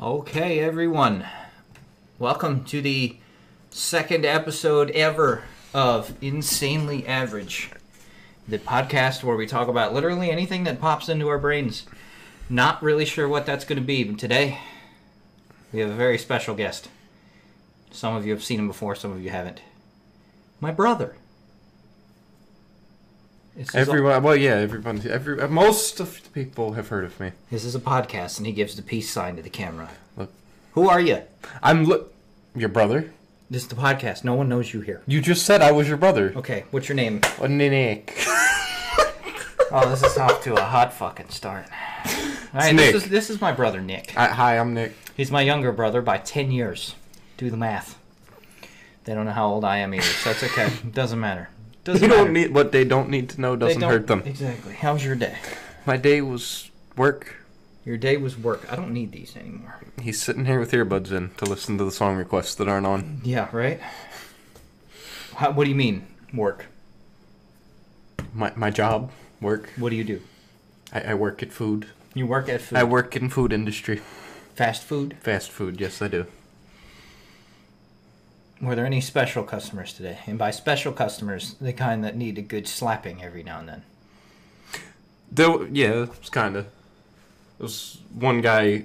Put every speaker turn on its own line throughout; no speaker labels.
Okay, everyone. Welcome to the second episode ever of Insanely Average, the podcast where we talk about literally anything that pops into our brains. Not really sure what that's going to be, but today we have a very special guest. Some of you have seen him before, some of you haven't. My brother. This is a-
Everyone, well, yeah, everyone, every most of the people have heard of me.
this is a podcast, and he gives the peace sign to the camera.
Look,
Who are you?
I'm look, your brother.
This is the podcast. No one knows you here.
You just said I was your brother.
Okay, what's your name?
Oh, Nick.
Oh, this is off to a hot fucking start. All right,
Nick.
this is this is my brother Nick.
I, hi, I'm Nick.
He's my younger brother by ten years. Do the math. They don't know how old I am either, so it's okay. Doesn't matter. Doesn't
You
matter.
don't need what they don't need to know
They
doesn't
don't-
hurt them.
Exactly. How was your day?
My day was work.
Your day was work. I don't need these anymore.
He's sitting here with earbuds in to listen to the song requests that aren't on.
Yeah, right. How, what do you mean work?
My my job, work.
What do you do?
I, I work at food.
You work at food,
I work in food industry,
fast food.
fast food. Yes, I do.
Were there any special customers today? And by special customers, the kind that need a good slapping every now and then.
Though, yeah, it's kind of. It was one guy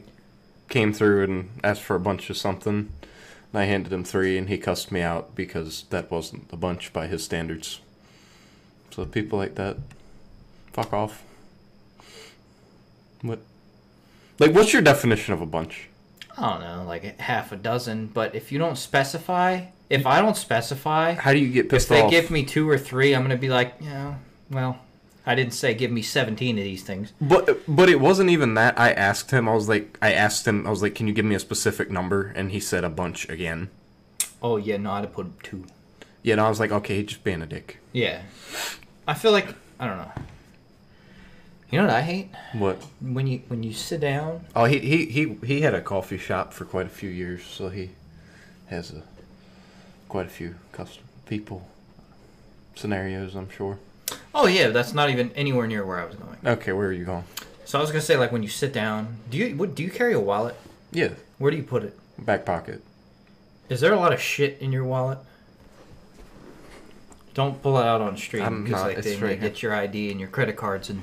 came through and asked for a bunch of something, and I handed him three, and he cussed me out because that wasn't a bunch by his standards. So people like that, fuck off. What? Like, what's your definition of a bunch?
I don't know, like half a dozen. But if you don't specify, if I don't specify,
How do you get
if
pissed
they
off?
give me two or three, I'm gonna be like, yeah, well, I didn't say give me 17 of these things.
But but it wasn't even that. I asked him. I was like, I asked him. I was like, can you give me a specific number? And he said a bunch again.
Oh yeah, no, I'd have put two.
Yeah, and I was like, okay, just being a dick.
Yeah, I feel like I don't know. You know what I hate
What?
when you when you sit down.
Oh, he he he he had a coffee shop for quite a few years, so he has a quite a few custom people scenarios, I'm sure.
Oh yeah, that's not even anywhere near where I was going.
Okay, where are you going?
So I was gonna say like when you sit down, do you what, do you carry a wallet?
Yeah,
Where do you put it?
back pocket.
Is there a lot of shit in your wallet? Don't pull it out on stream
I'm
because
not-
like
it's
they may
right here.
get your ID and your credit cards and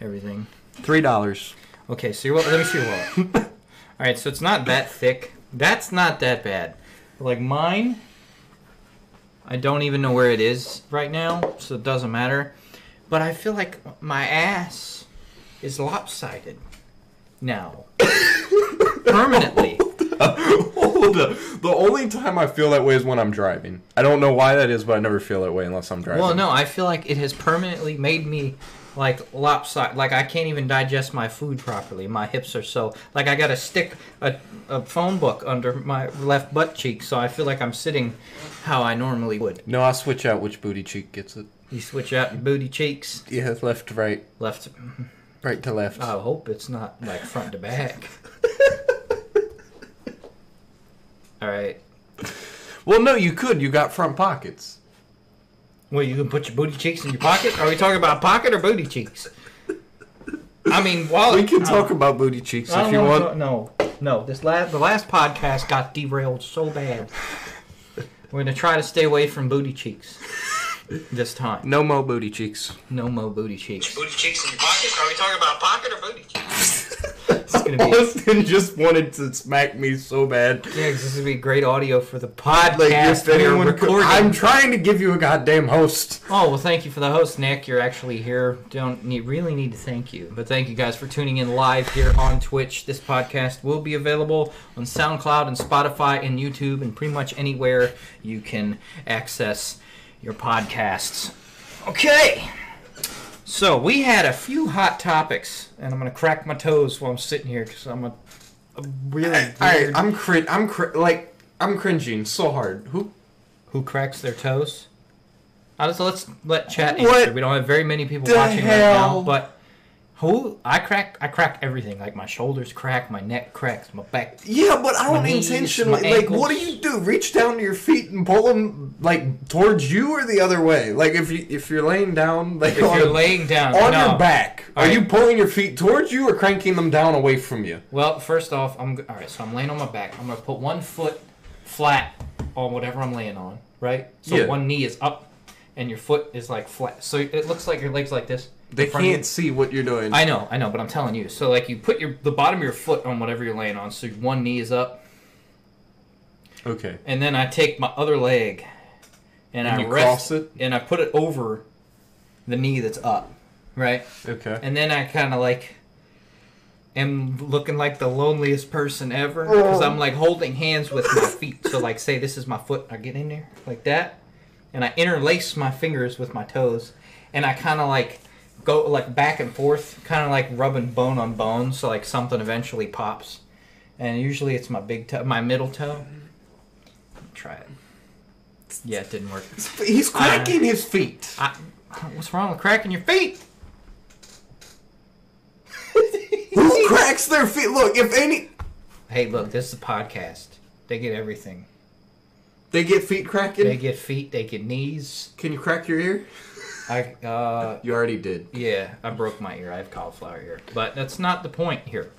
everything.
Three dollars.
Okay, so your wallet. Let me see your wallet. All right, so it's not that thick. That's not that bad. Like mine, I don't even know where it is right now, so it doesn't matter. But I feel like my ass is lopsided now, permanently.
Hold up. Oh, The only time I feel that way is when I'm driving. I don't know why that is, but I never feel that way unless I'm driving.
Well, no, I feel like it has permanently made me like lopsided. Like I can't even digest my food properly. My hips are so like I gotta stick a, a phone book under my left butt cheek, so I feel like I'm sitting how I normally would.
No, I switch out which booty cheek gets it.
You switch out your booty cheeks,
Yeah, left to right,
left.
right to left.
I hope it's not like front to back. All right.
Well, no, you could. You got front pockets.
Well, you can put your booty cheeks in your pocket. Are we talking about pocket or booty cheeks? I mean, wallet.
We can
I-
talk about booty cheeks
Oh. I
if
don't
you
wanna
want.
talk- no, no. This last the last podcast got derailed so bad. We're gonna try to stay away from booty cheeks this time.
No mo booty cheeks.
No mo booty cheeks.
Booty cheeks in your pocket? Are we talking about pocket or booty cheeks?
It's gonna be yeah,
Austin just wanted to smack me so bad.
'cause this would be great audio for the
Like
podcast
if
we're
anyone could,
recording.
I'm trying to give you a goddamn host.
Oh well, thank you for the host, Nick. You're actually here. Don't need, really need to thank you, but thank you guys for tuning in live here on Twitch. This podcast will be available on SoundCloud and Spotify and YouTube and pretty much anywhere you can access your podcasts. Okay, so we had a few hot topics, and I'm gonna crack my toes while I'm sitting here because I'm a, a really weird,
All right, I'm crin- I'm cr- like I'm cringing so hard. Who?
who cracks their toes. I just, let's let chat
What
answer. We don't have very many people
the
watching right now,
hell?
but Who I crack? I crack everything. Like my shoulders crack, my neck cracks, my back.
Yeah, but I don't
My knees,
intentionally.
my
Like, what do
ankles.
you do? Reach down to your feet and pull them like towards you or the other way? Like if you if you're laying down, like
If
on,
you're laying down
on
no.
your back,
All
are
right.
you pulling your feet towards you or cranking them down away from you?
Well, first off, I'm all right. So I'm laying on my back. I'm gonna put one foot flat on whatever I'm laying on, right? So
Yeah.
one knee is up, and your foot is like flat. So it looks like your legs like this.
They
in front of you.
can't see what you're doing.
I know, I know, but I'm telling you. So like you put your the bottom of your foot on whatever you're laying on. So one knee is up,
okay.
and then I take my other leg, and,
And
I
you
rest
cross it?
and I put it over the knee that's up, right?
Okay.
And then I kind of like am looking like the loneliest person ever because I'm like holding hands with my feet. So like, say this is my foot, I get in there like that, and I interlace my fingers with my toes, and I kind of like go like back and forth, kind of like rubbing bone on bone. So like something eventually pops, and usually it's my big toe, my middle toe. Try it. Yeah, it didn't work.
He's cracking his feet.
I, what's wrong with cracking your feet?
Who cracks their feet? Look, if any,
Hey, look, this is a podcast. They get everything.
they get feet cracking.
They get feet. They get knees.
Can you crack your ear?
I uh
You already did.
yeah, I broke my ear. I have cauliflower ear, but that's not the point here.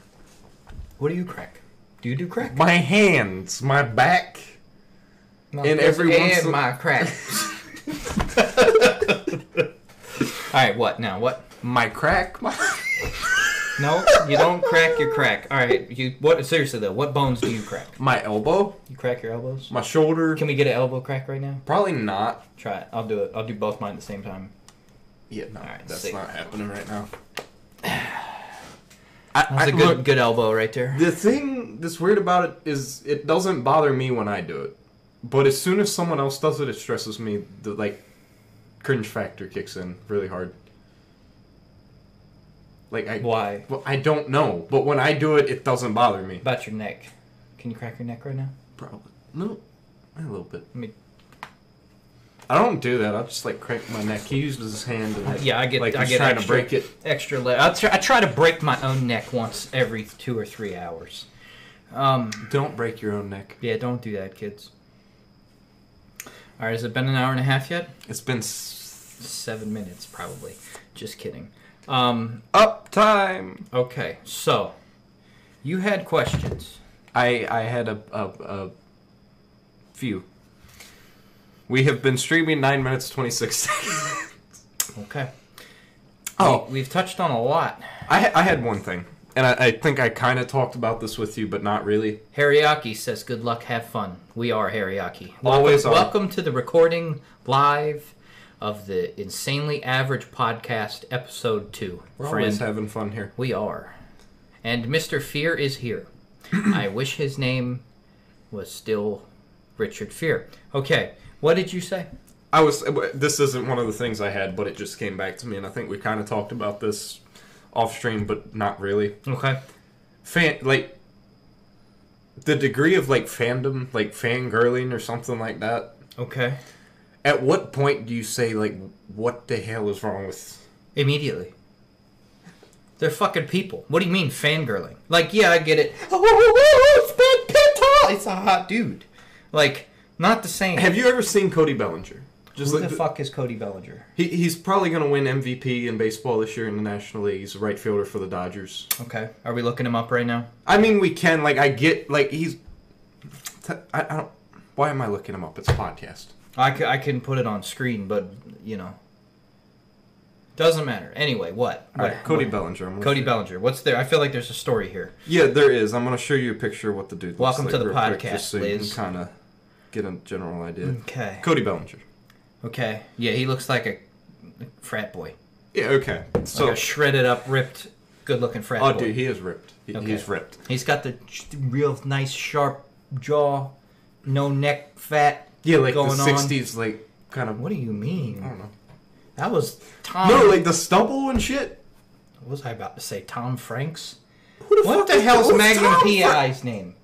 What do you crack? Do you do crack?
My hands, my back.
No,
and
this
every once
and
in-
my crack. All right, what now? What?
My crack, my
No, you don't crack your crack. All right, you what? Seriously though, what bones do you crack?
my elbow,
You crack your elbows?
my shoulder.
Can we get an elbow crack right now?
Probably not.
Try it. I'll do it. I'll do both mine at the same time.
Yeah, no,
Alright,
that's
see.
not happening right now.
That's
I-
a good
look,
good elbow right there.
the thing that's weird about it is it doesn't bother me when I do it, but as soon as someone else does it, it stresses me. The like cringe factor kicks in really hard. Like I
Why?
Well, I don't know, but when I do it, it doesn't bother me.
About your neck. Can you crack your neck right now?
Probably no, a little bit.
I mean,
I don't do that. I just like crank my neck. He uses his hand and
yeah, I get.
like
I
he's
get
trying
extra,
to break it.
Extra. Le- I, try, I try to break my own neck once every two or three hours. Um,
Don't break your own neck.
yeah, don't do that, kids. All right, has it been an hour and a half yet?
It's been s-
Seven minutes, probably. Just kidding. Um,
up time.
okay, so you had questions.
I I had a a, a few. We have been streaming nine minutes twenty six seconds.
Okay.
Oh.
we, have touched on a lot.
I ha- I had one thing, and I, I think I kind of talked about this with you, but not really.
Hariaki says, "Good luck, have fun." We are Hariaki. Welcome,
Always are.
Welcome to the recording live of the insanely average podcast, episode 2
We're
friend.
always having fun here.
we are, and Mister Fear is here. I wish his name was still Richard Fear. Okay, what did you say?
I was. This isn't one of the things I had, but it just came back to me, and I think we kind of talked about this off stream, but not really.
Okay,
Fan like the degree of like fandom, like fangirling or something like that.
okay.
At what point do you say like, what the hell is wrong with?
Immediately. They're fucking people. What do you mean fangirling? Like, yeah, I get it. Oh, oh, oh, oh, it's Brad Pitt. Oh, It's a hot dude. Like, not the same.
Have you ever seen Cody Bellinger? Just
Who
like
the fuck is Cody Bellinger?
He, he's probably gonna win MVP in baseball this year in the National League. He's a right fielder for the Dodgers.
Okay, are we looking him up right now?
I mean, we can like I get like he's. I, I don't. Why am I looking him up? It's a podcast.
I ca- I can put it on screen, but you know, doesn't matter. Anyway, what?
All
What-
right, Cody
what-
Bellinger. I'm gonna
Cody
show-
Bellinger. What's there? I feel like there's a story here.
Yeah, there is. I'm going to show you a picture of what the dude looks
Welcome
like
to the
real quick,
podcast,
just so you can
Liz. Mm.
kind of get a general idea.
Okay.
Cody Bellinger.
Okay. Yeah, he looks like a frat boy,
Yeah, okay. So,
like a shredded up, ripped, good-looking frat
oh,
boy.
dude, he is ripped. He,
Okay.
He's ripped.
He's got the ch- real nice sharp jaw, no neck fat.
Yeah, like
going
the
on.
60s, like, kind of.
What do you mean?
I don't know.
That was Tom.
No, like the stubble and shit.
what was I about to say? Tom Franks.
Who the
What
fuck
the
is-
hell's
who's
Magnum
Tom Fra-
PI's name?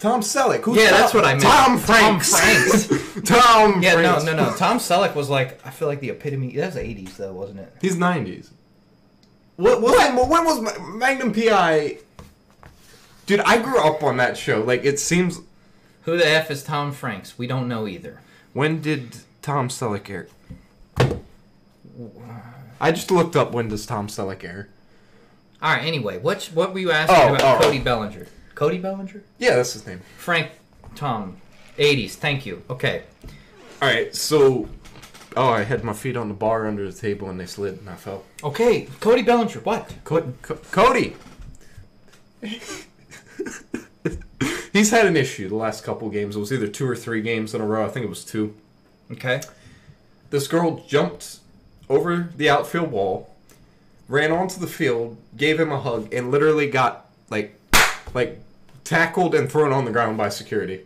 Tom Selleck. Who's
Yeah,
Tom-
that's what I meant.
Tom
Tom
Franks.
Franks.
Tom
Yeah,
Franks.
no, no, no. Tom Selleck was like I feel like the epitome. That was the '80s though, wasn't it?
He's 90s. What, what, when, when was Ma- Magnum PI? Dude, I grew up on that show. Like, it seems.
Who the F is Tom Franks? We don't know either.
When did Tom Selleck air? I just looked up when does Tom Selleck air.
All right. Anyway, what what were you asking
Oh,
about
all right.
Cody Bellinger? Cody Bellinger?
Yeah, that's his name.
Frank Tom, 80s. Thank you. Okay.
All right, so. Oh, I had my feet on the bar under the table and they slid and I fell.
Okay. Cody Bellinger. What?
Co- Co- Cody. He's had an issue the last couple games. It was either two or three games in a row. I think it was two.
Okay.
This girl jumped over the outfield wall, ran onto the field, gave him a hug, and literally got like like tackled and thrown on the ground by security.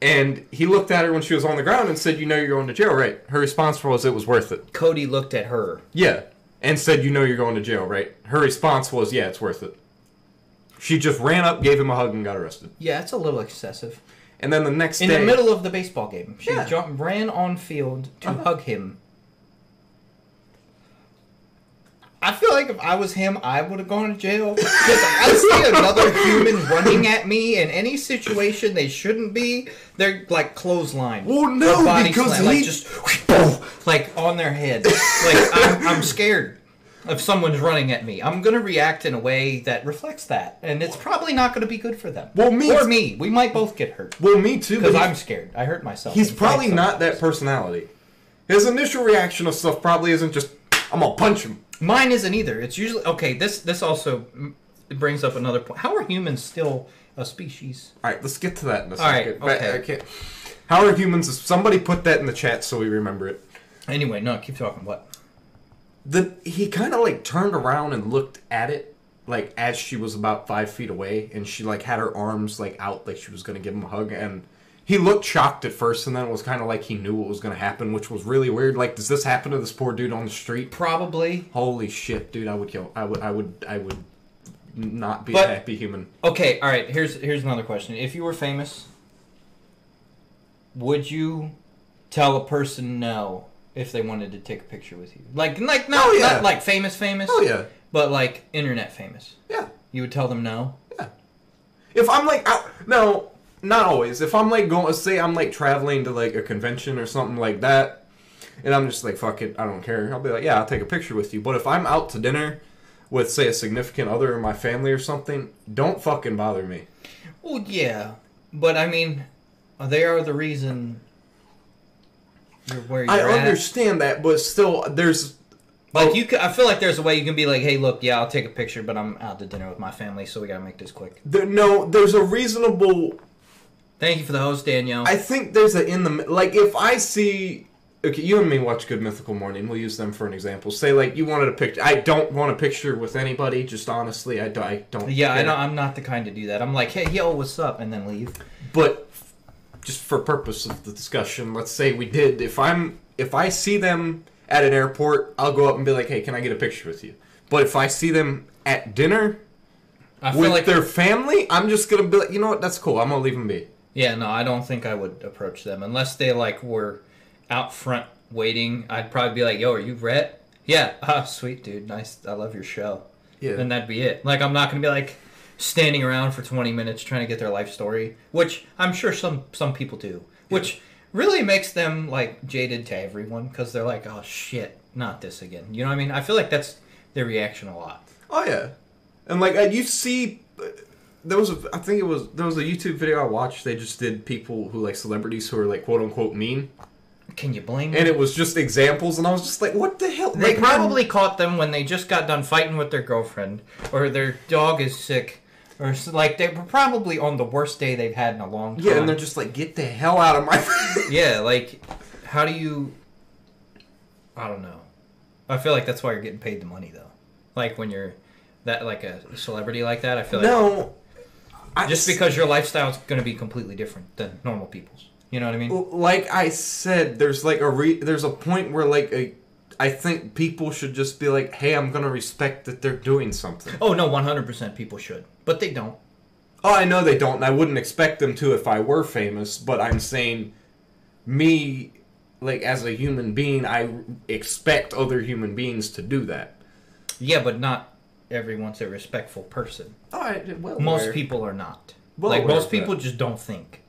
And he looked at her when she was on the ground and said, "You know you're going to jail, right?" Her response was, "It was worth it."
Cody looked at her.
Yeah. And said, You know you're going to jail, right? Her response was, Yeah, it's worth it. She just ran up, gave him a hug, and got arrested.
Yeah, it's a little excessive.
And then the next
In
day.
the middle of the baseball game, she
Yeah. Uh-huh.
jumped, ran on field to hug him. I feel like if I was him, I would have gone to jail. Because I see another human running at me in any situation they shouldn't be. They're like clothesline.
Well, "Oh, no, because
like
he-
just like on their head. Like I'm, I'm scared if someone's running at me. I'm gonna react in a way that reflects that, and it's probably not gonna be good for them.
Well, me-
or me, we might both get hurt.
well, me too, but
Because
he-
I'm scared. I hurt myself.
he's
and
probably
fight
not
something.
that personality. His initial reaction of stuff probably isn't just, I'm going to punch him.
Mine isn't either. It's usually okay. This this also mm, brings up another point. How are humans still a species?
All right, let's get to that in a
All right,
second. But
okay.
I can't- How are humans? Somebody put that in the chat so we remember it.
Anyway, no. Keep talking. What?
the he kind of like turned around and looked at it like as she was about five feet away and she like had her arms like out like she was gonna give him a hug and he looked shocked at first and then it was kind of like he knew what was gonna happen which was really weird like does this happen to this poor dude on the street
Probably.
holy shit dude i would kill i would i would i would not be
But-
a happy human
Okay. All right. Here's here's another question. If you were famous, would you tell a person no if they wanted to take a picture with you? Like like not,
Oh, yeah.
not like famous famous.
Oh, yeah.
But like internet famous.
yeah
You would tell them no.
yeah if i'm like out no not always if i'm like going say i'm like traveling to like a convention or something like that and I'm just like, fuck it, I don't care. I'll be like, yeah, I'll take a picture with you. But if I'm out to dinner with, say, a significant other or my family or something, don't fucking bother me.
Well, yeah, but I mean, they are the reason you're where you're
I
at.
understand that, but still, there's.
Like you, ca I feel like there's a way you can be like, "Hey, look, yeah, I'll take a picture, but I'm out to dinner with my family, so we gotta make this quick."
There, no, there's a reasonable.
Thank you for the host, Danielle.
I think there's a in the like if I see okay, you and me watch Good Mythical Morning. We'll use them for an example. Say like you wanted a picture. I don't want a picture with anybody. Just honestly, I, do- I don't.
yeah, I
care.
know, I'm not the kind to do that. I'm like, "Hey, yo, what's up?" and then leave.
but f- just for purpose of the discussion let's say we did if i'm if i see them at an airport i'll go up and be like hey can i get a picture with you but if i see them at dinner
I feel
with
like
their family i'm just gonna be like you know what that's cool i'm gonna leave them be
Yeah, no, I don't think I would approach them unless they like were out front waiting. I'd probably be like, "Yo, are you Rhett?" Yeah, ah, sweet dude, nice. I love your show.
Yeah.
and that'd be it. Like, I'm not gonna be like standing around for 20 minutes trying to get their life story, which I'm sure some some people do, which really makes them like jaded to everyone because they're like, "Oh shit, not this again." You know what I mean? I feel like that's their reaction a lot.
oh yeah and like uh, you see uh, there was a i think it was there was a youtube video i watched they just did people who like celebrities who are like quote unquote mean
Can you blame? them?
and it was just examples and i was just like what the hell
They
Like,
probably caught them when they just got done fighting with their girlfriend, or their dog is sick, or s- like they were probably on the worst day they've had in a long time.
yeah and they're just like get the hell out of my
yeah, like how do you? I don't know. I feel like that's why you're getting paid the money though. Like when you're that like a celebrity like that, I feel like
no I
just because your lifestyle's going to be completely different than normal people's. You know what I mean?
like I said, there's like a re- there's a point where like a, I think people should just be like, hey, I'm gonna respect that they're doing something.
Oh no, 100% people should, but they don't.
Oh, I know they don't, and I wouldn't expect them to if I were famous. But I'm saying, me, like as a human being, I expect other human beings to do that.
Yeah, but not everyone's a respectful person.
All right. Well,
Most
aware.
people are not.
Well
like
aware
most
of that.
people just don't think.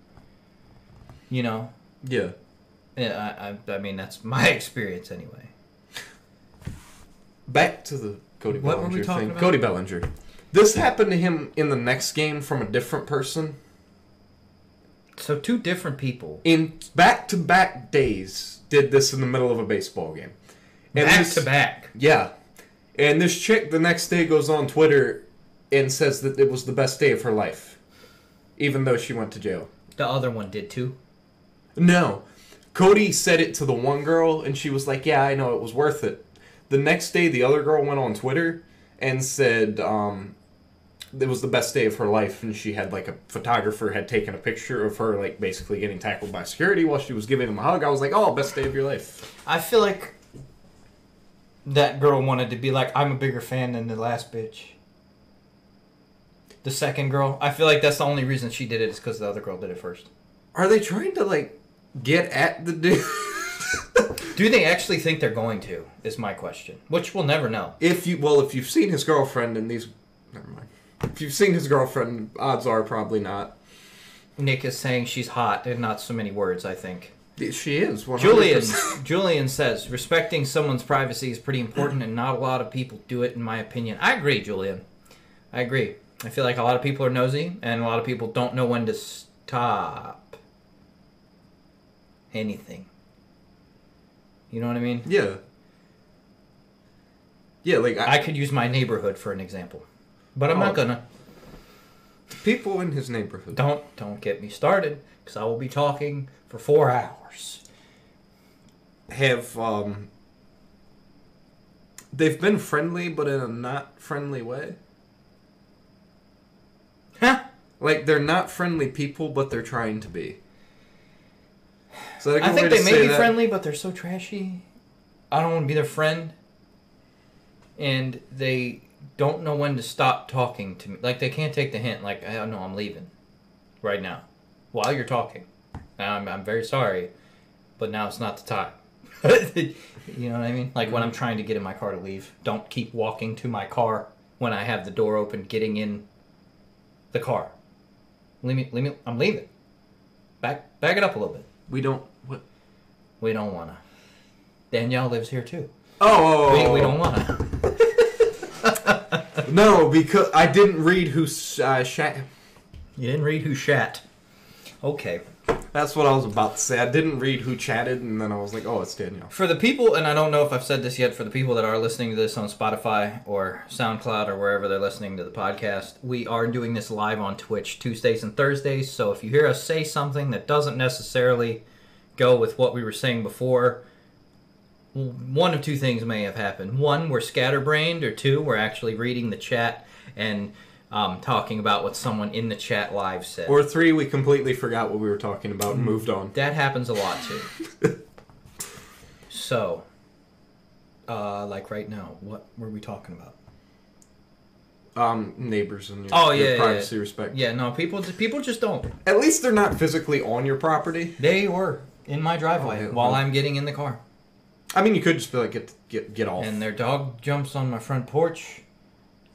You know,
Yeah.
yeah, I, I, I mean that's my experience anyway.
Back to the Cody
What were
Bellinger
we talking
thing.
about?
Cody Bellinger. This happened to him in the next game from a different person
So two different people,
in back-to-back days. Did this in the middle of a baseball game. And
back
this-
to back.
Yeah. And this chick the next day goes on Twitter and says that it was the best day of her life, even though she went to jail.
The other one did too.
No. Cody said it to the one girl, and she was like, Yeah, I know, it was worth it. The next day, the other girl went on Twitter and said um, it was the best day of her life, and she had, like, a photographer had taken a picture of her, like, basically getting tackled by security while she was giving him a hug. I was like, Oh, best day of your life.
I feel like that girl wanted to be like, I'm a bigger fan than the last bitch. The second girl. I feel like that's the only reason she did it is because the other girl did it first.
Are they trying to, like, get at the dude?
Do they actually think they're going to? Is my question. Which we'll never know.
If you well, if you've seen his girlfriend and these, never mind. If you've seen his girlfriend, odds are probably not.
Nick is saying she's hot and not so many words, I think.
She is. 100%.
Julian Julian says, respecting someone's privacy is pretty important and not a lot of people do it in my opinion. I agree, Julian. I agree. I feel like a lot of people are nosy and a lot of people don't know when to stop anything. You know what I mean?
Yeah. Yeah, like I,
I could use my neighborhood for an example. But I'm
Oh.
not gonna.
people in his neighborhood.
Don't don't get me started cuz I will be talking for 4 hours.
have um they've been friendly but in a not friendly way
Huh?
like they're not friendly people but they're trying to be so like,
I
a
think
way
they
to
may
say
be
that-
friendly, but they're so trashy. I don't want to be their friend. And they don't know when to stop talking to me. Like they can't take the hint. Like I know I'm leaving, right now, while you're talking. Now I'm, I'm very sorry, but now it's not the time. you know what I mean? Like when I'm trying to get in my car to leave, don't keep walking to my car when I have the door open, getting in the car. Leave me, leave me. I'm leaving. Back, back it up a little bit.
we don't what
We don't wanna. Danielle lives here too.
oh
We, we don't wanna.
no because i didn't read who s- uh, sha-
You didn't read who shat. Okay.
That's what I was about to say. I didn't read who chatted, and then I was like, oh, it's Danielle.
For the people, and I don't know if I've said this yet, for the people that are listening to this on Spotify or SoundCloud or wherever they're listening to the podcast, we are doing this live on Twitch Tuesdays and Thursdays. So if you hear us say something that doesn't necessarily go with what we were saying before, one of two things may have happened. One, we're scatterbrained, or two, we're actually reading the chat and um, talking about what someone in the chat live said.
Or three, we completely forgot what we were talking about
Hmm.
and moved on.
That happens a lot too. so, uh, like right now, what were we talking about?
Um, neighbors and your,
Oh,
your
yeah, yeah,
privacy
yeah.
respect.
Yeah, no, people people just don't.
At least they're not physically on your property.
They were in my driveway
Oh, yeah.
while I'm getting in the car,
I mean, you could just be like, get get get off.
and their dog jumps on my front porch,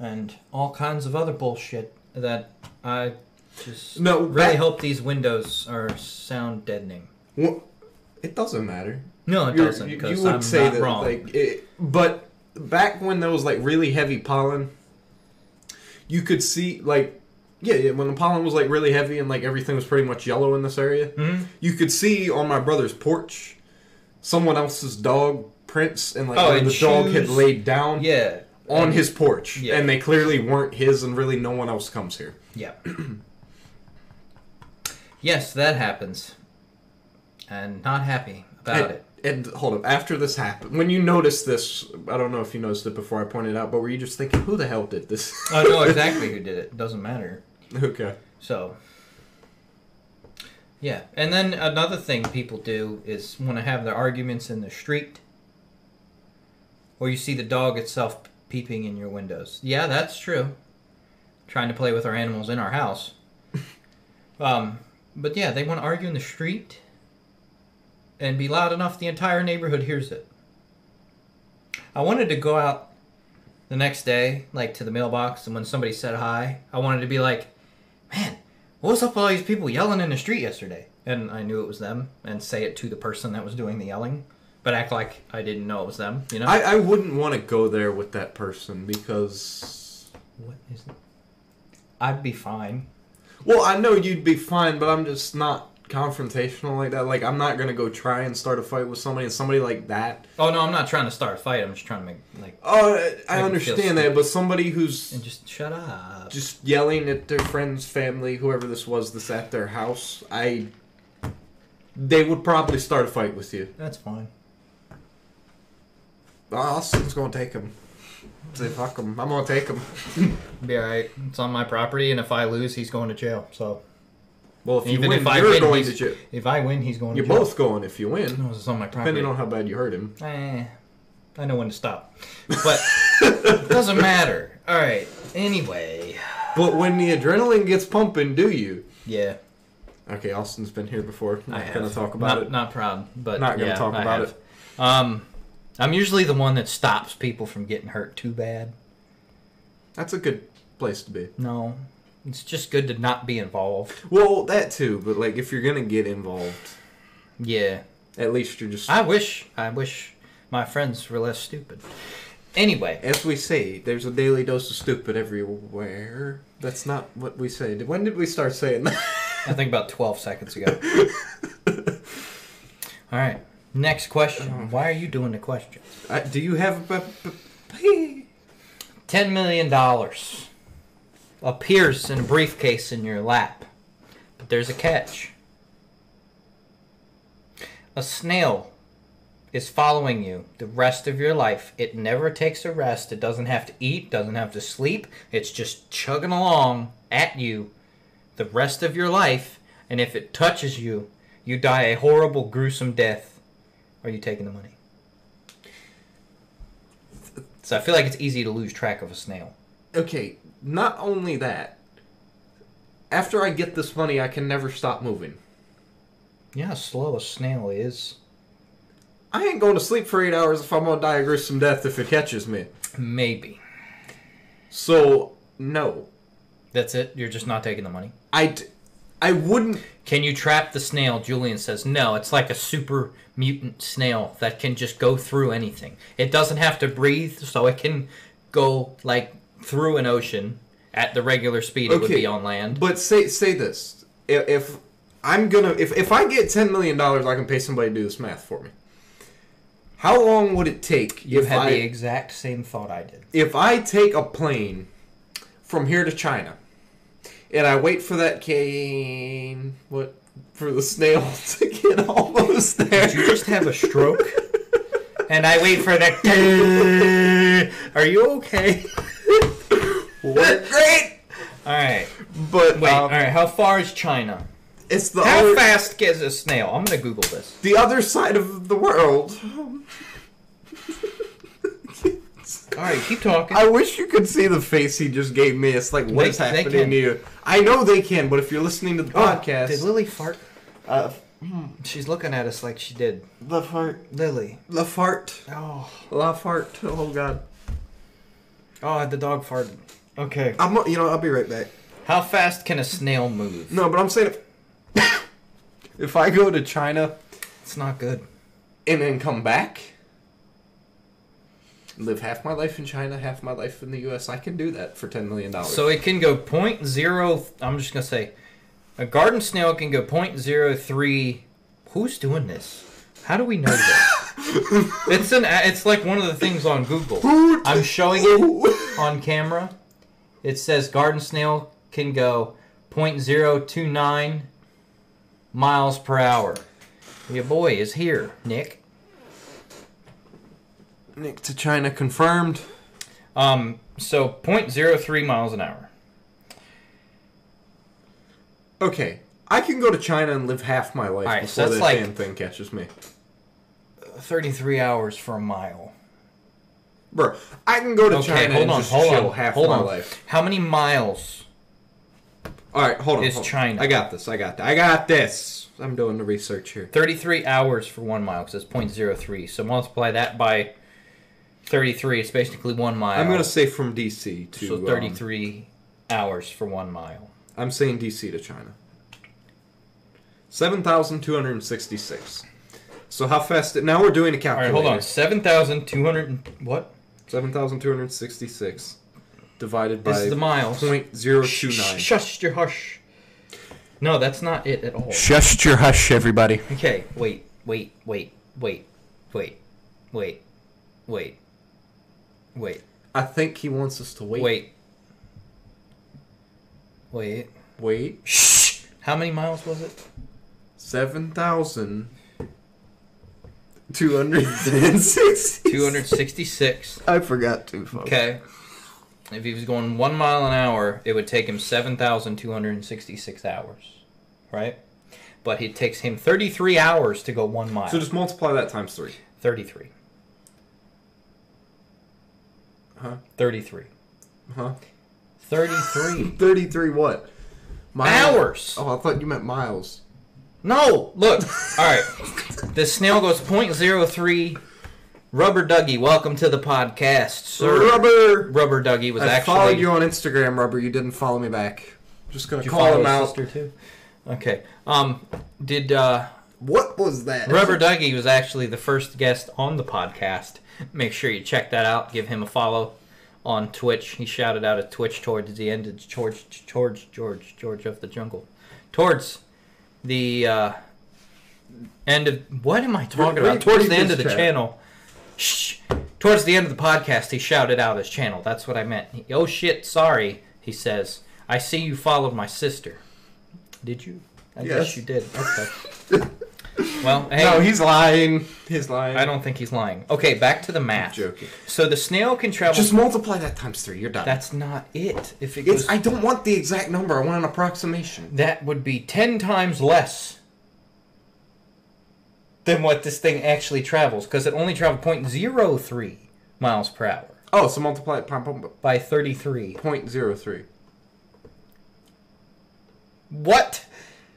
and all kinds of other bullshit that I just
No,
really
that-
hope these windows are sound deadening.
Wha- it doesn't matter.
No, it
You're-
doesn't
you-
because
you would
I'm
say
not
that,
wrong.
Like, it, but back when there was like really heavy pollen, you could see like. Yeah, yeah, when the pollen was like really heavy and like everything was pretty much yellow in this area,
Mm-hmm.
you could see on my brother's porch someone else's dog prints and like
Oh,
where
and
the dog had
shoes.
laid down
yeah,
on his porch,
Yeah.
and they clearly weren't his, and really no one else comes here.
Yeah. yes, that happens. And not happy about
and,
it.
And hold up, after this happened, when you noticed this, I don't know if you noticed it before I pointed out, but were you just thinking, who the hell did this?
Oh, I know exactly who did it. Doesn't matter.
okay.
So. Yeah. And then another thing people do is want to have their arguments in the street. Or you see the dog itself peeping in your windows. Yeah, that's true. Trying to play with our animals in our house. um, but yeah, they want to argue in the street and be loud enough the entire neighborhood hears it. I wanted to go out the next day, like to the mailbox, and when somebody said hi, I wanted to be like, "Man, what was up with all these people yelling in the street yesterday?" And I knew it was them, and say it to the person that was doing the yelling, but act like I didn't know it was them. You know?
I, I wouldn't want to go there with that person because.
what is it? I'd be fine.
Well, I know you'd be fine, but I'm just not confrontational like that. Like, I'm not going to go try and start a fight with somebody and somebody like that.
Oh no, I'm not trying to start a fight. I'm just trying to make like
Oh, I, I
feel
understand that,
stupid.
but somebody who's
and just shut up.
just yelling at their friends, family, whoever this was that's at their house, I. They would probably start a fight with you.
That's fine.
Ah, Austin's gonna take him. Say fuck him. I'm gonna take him.
Be alright. It's on my property, and if I lose, he's going to jail. So
Well, if you
even
win,
if I
you're
win,
going to
he's-
jail.
if I win, he's going
You're
to jail.
both going if you win,
No, it's on my property.
depending on how bad you hurt him.
Eh, I know when to stop, but it doesn't matter. All right. Anyway,
But when the adrenaline gets pumping, do you?
yeah,
Okay, Austin's been here before.
I
Not
have.
gonna talk about
not,
it.
Not proud, but
Not gonna
yeah,
talk
I
about
have. Um, I'm usually the one that stops people from getting hurt too bad.
That's a good place to be.
No, it's just good to not be involved.
Well, that too. But like, if you're gonna get involved,
Yeah,
at least you're just.
I wish, I wish my friends were less stupid. Anyway,
as we say, there's a daily dose of stupid everywhere. That's not what we say. When did we start saying that?
I think about 12 seconds ago. All right. Next question. Why are you doing the question?
I, do you have a? b- b-
Ten million dollars appears in a briefcase in your lap, but there's a catch. A snail is following you the rest of your life. It never takes a rest. It doesn't have to eat, doesn't have to sleep. It's just chugging along at you the rest of your life. And if it touches you, you die a horrible, gruesome death. Are you taking the money? So I feel like it's easy to lose track of a snail.
okay, not only that, after I get this money, I can never stop moving.
Yeah, how slow a snail is.
I ain't going to sleep for eight hours if I'm going to die a gruesome death if it catches me.
Maybe.
So, no.
That's it? You're just not taking the money?
I, d- I wouldn't.
Can you trap the snail? Julian says, no, it's like a super mutant snail that can just go through anything. It doesn't have to breathe, so it can go, like, through an ocean at the regular speed it would
Okay,
be on land.
But say say this. I- If I'm going to. If, if I get $10 million, I can pay somebody to do this math for me. How long would it take
you
if
had
I,
the exact same thought I did.
if I take a plane from here to China and I wait for that cane, what for the snail to get almost there?
Did you just have a stroke? and I wait for that. Are you okay?
What? Great,
All right.
but
Wait,
um,
all right. How far is China?
it's the
How
other,
fast is a snail? I'm gonna Google this.
the other side of the world.
All right, keep talking.
I wish you could see the face he just gave me. It's like what
They-
is
they
happening
can.
to you? I know they can, but if you're listening to the
oh, Did
podcast,
Lily fart?
uh,
She's looking at us like she did.
the fart,
Lily.
the fart,
Oh.
la fart. Oh God,
Oh, the dog farted. Okay.
I'm you know I'll be right back.
How fast can a snail move?
No, but I'm saying if, if I go to China
It's not good.
and then come back, live half my life in China, half my life in the U.S., I can do that for ten million dollars.
So it can go point zero. I'm just gonna say, a garden snail can go point zero three. Who's doing this? How do we know that? it's an. a- It's like one of the things on Google. I'm showing it on camera. It says garden snail can go 0.029 miles per hour. Your boy is here, Nick.
Nick to China confirmed.
Um, so 0.03 miles an hour.
Okay, I can go to China and live half my life
All right, so that's
before that
like-
damn thing catches me,
33 hours for a mile.
bro. I can go to
Okay,
China
hold
and
on,
just
hold
chill
on,
half
hold
my
on.
life.
How many miles?
All right, hold on.
It's
hold on.
China.
I got this. I got that. I got this. I'm doing the research here.
33 hours for one mile because it's 0.03. So multiply that by 33. It's basically one mile.
I'm gonna say from DC to
so
um,
33 hours for one mile.
I'm saying DC to China. 7,266. So how fast? Now we're doing a
All
calculator.
right, hold on. 7,200 and- what?
7,266 divided
This
by
is the miles. Shh,
0.029.
Shush your hush. No, that's not it at all.
Shush your hush, everybody.
Okay, wait, wait, wait, wait, wait, wait, wait, wait,
I think he wants us to wait.
wait, wait.
Wait.
Shh. How many miles was it?
7,260.
266.
I forgot to. Folks.
Okay. If he was going one mile an hour, it would take him 7,266 hours, right? But it takes him 33 hours to go one mile.
So just multiply that times three.
33.
Huh?
33.
Huh?
33.
33 what?
Hours.
Oh, I thought you meant miles.
no! Look! Alright. The snail goes 0.03. Rubber Dougie, welcome to the podcast, sir.
Rubber.
Rubber Dougie was
I
actually.
followed you on Instagram, Rubber. You didn't follow me back. Just gonna
Did you
call
follow
him
his
out.
sister too? Okay. Um, did. uh
What was that?
Rubber Dougie was actually the first guest on the podcast. Make sure you check that out. Give him a follow on Twitch. He shouted out at Twitch towards the end of George, George, George, George of the Jungle. Towards the uh, end of. What am I talking
Read-
about?
read-
Towards
read
the end
this
of the
chat.
channel. Shh. Towards the end of the podcast, he shouted out his channel. That's what I meant. He- oh shit, sorry, he says. I see you followed my sister. Did you? I guess
Yes.
you did. Okay. well, hey.
No, he's lying. He's lying.
I don't think he's lying. Okay, back to the math.
joking.
So the snail can travel.
Just multiply that times three. You're done.
That's not it. If it goes,
it's. I don't want the exact number. I want an approximation.
that would be ten times less than what this thing actually travels, because it only traveled 0.03 miles per hour
Oh, so multiply it. Pom, pom, pom,
by 33.
point zero three.
What?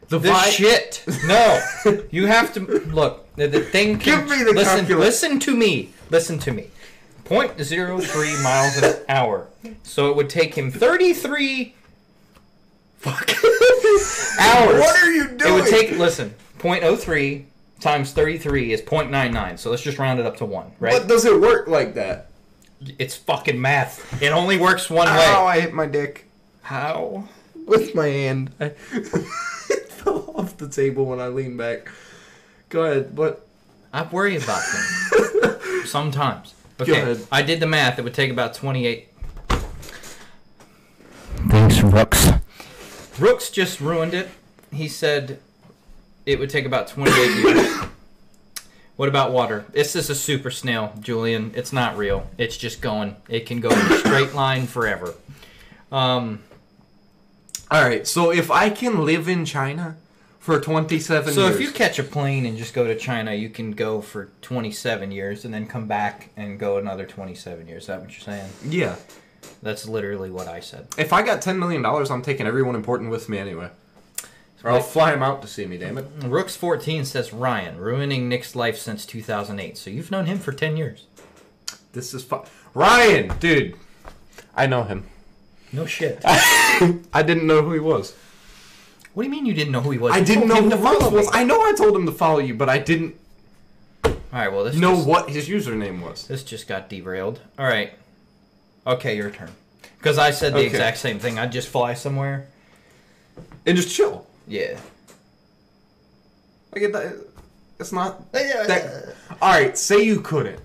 The
This
vi-
shit. No, you have to look. The, the thing. Can,
Give me the
listen.
calculator.
Listen to me. Listen to me. 0.03 miles an hour. So it would take him 33 fuck hours.
What are you
It would
doing?
take listen. 0.03 times 33 is 0.99. So let's just round it up to 1, right?
But does it work like that?
it's fucking math. It only works one
Ow!
way.
I hit my dick
How?
with my hand. I- it fell off the table when I leaned back. Go ahead. What?
I worry about them sometimes. Okay,
ahead.
I did the math. It would take about twenty-eight. Thanks, Rooks. Rooks just ruined it. He said it would take about twenty-eight years. What about water? This is a super snail, Julian. It's not real. It's just going. It can go in a straight line forever. Um,
All right. So if I can live in China for 27
so
years,
if you catch a plane and just go to China, you can go for 27 years and then come back and go another 27 years. Is that what you're saying?
yeah.
That's literally what I said.
If I got ten million dollars, I'm taking everyone important with me anyway. Or I'll fly him out to see me. Damn it!
Rooks14 says Ryan, ruining Nick's life since 2008. So you've known him for 10 years.
This is fu- Ryan, dude.
I know him.
No shit.
I didn't know who he was. Oh,
what do you mean you didn't know who he was?
I
You
didn't
told
know
him to
who Rose
follow
was.
me.
I know I told him to follow you, but I didn't
All right, well, this,
know
just,
what his username was.
this just got derailed. All right. Okay, your turn. Because I said the
Okay.
exact same thing. I'd just fly somewhere.
And just chill.
Yeah.
Like it, uh, it's not. That, all right, say you couldn't,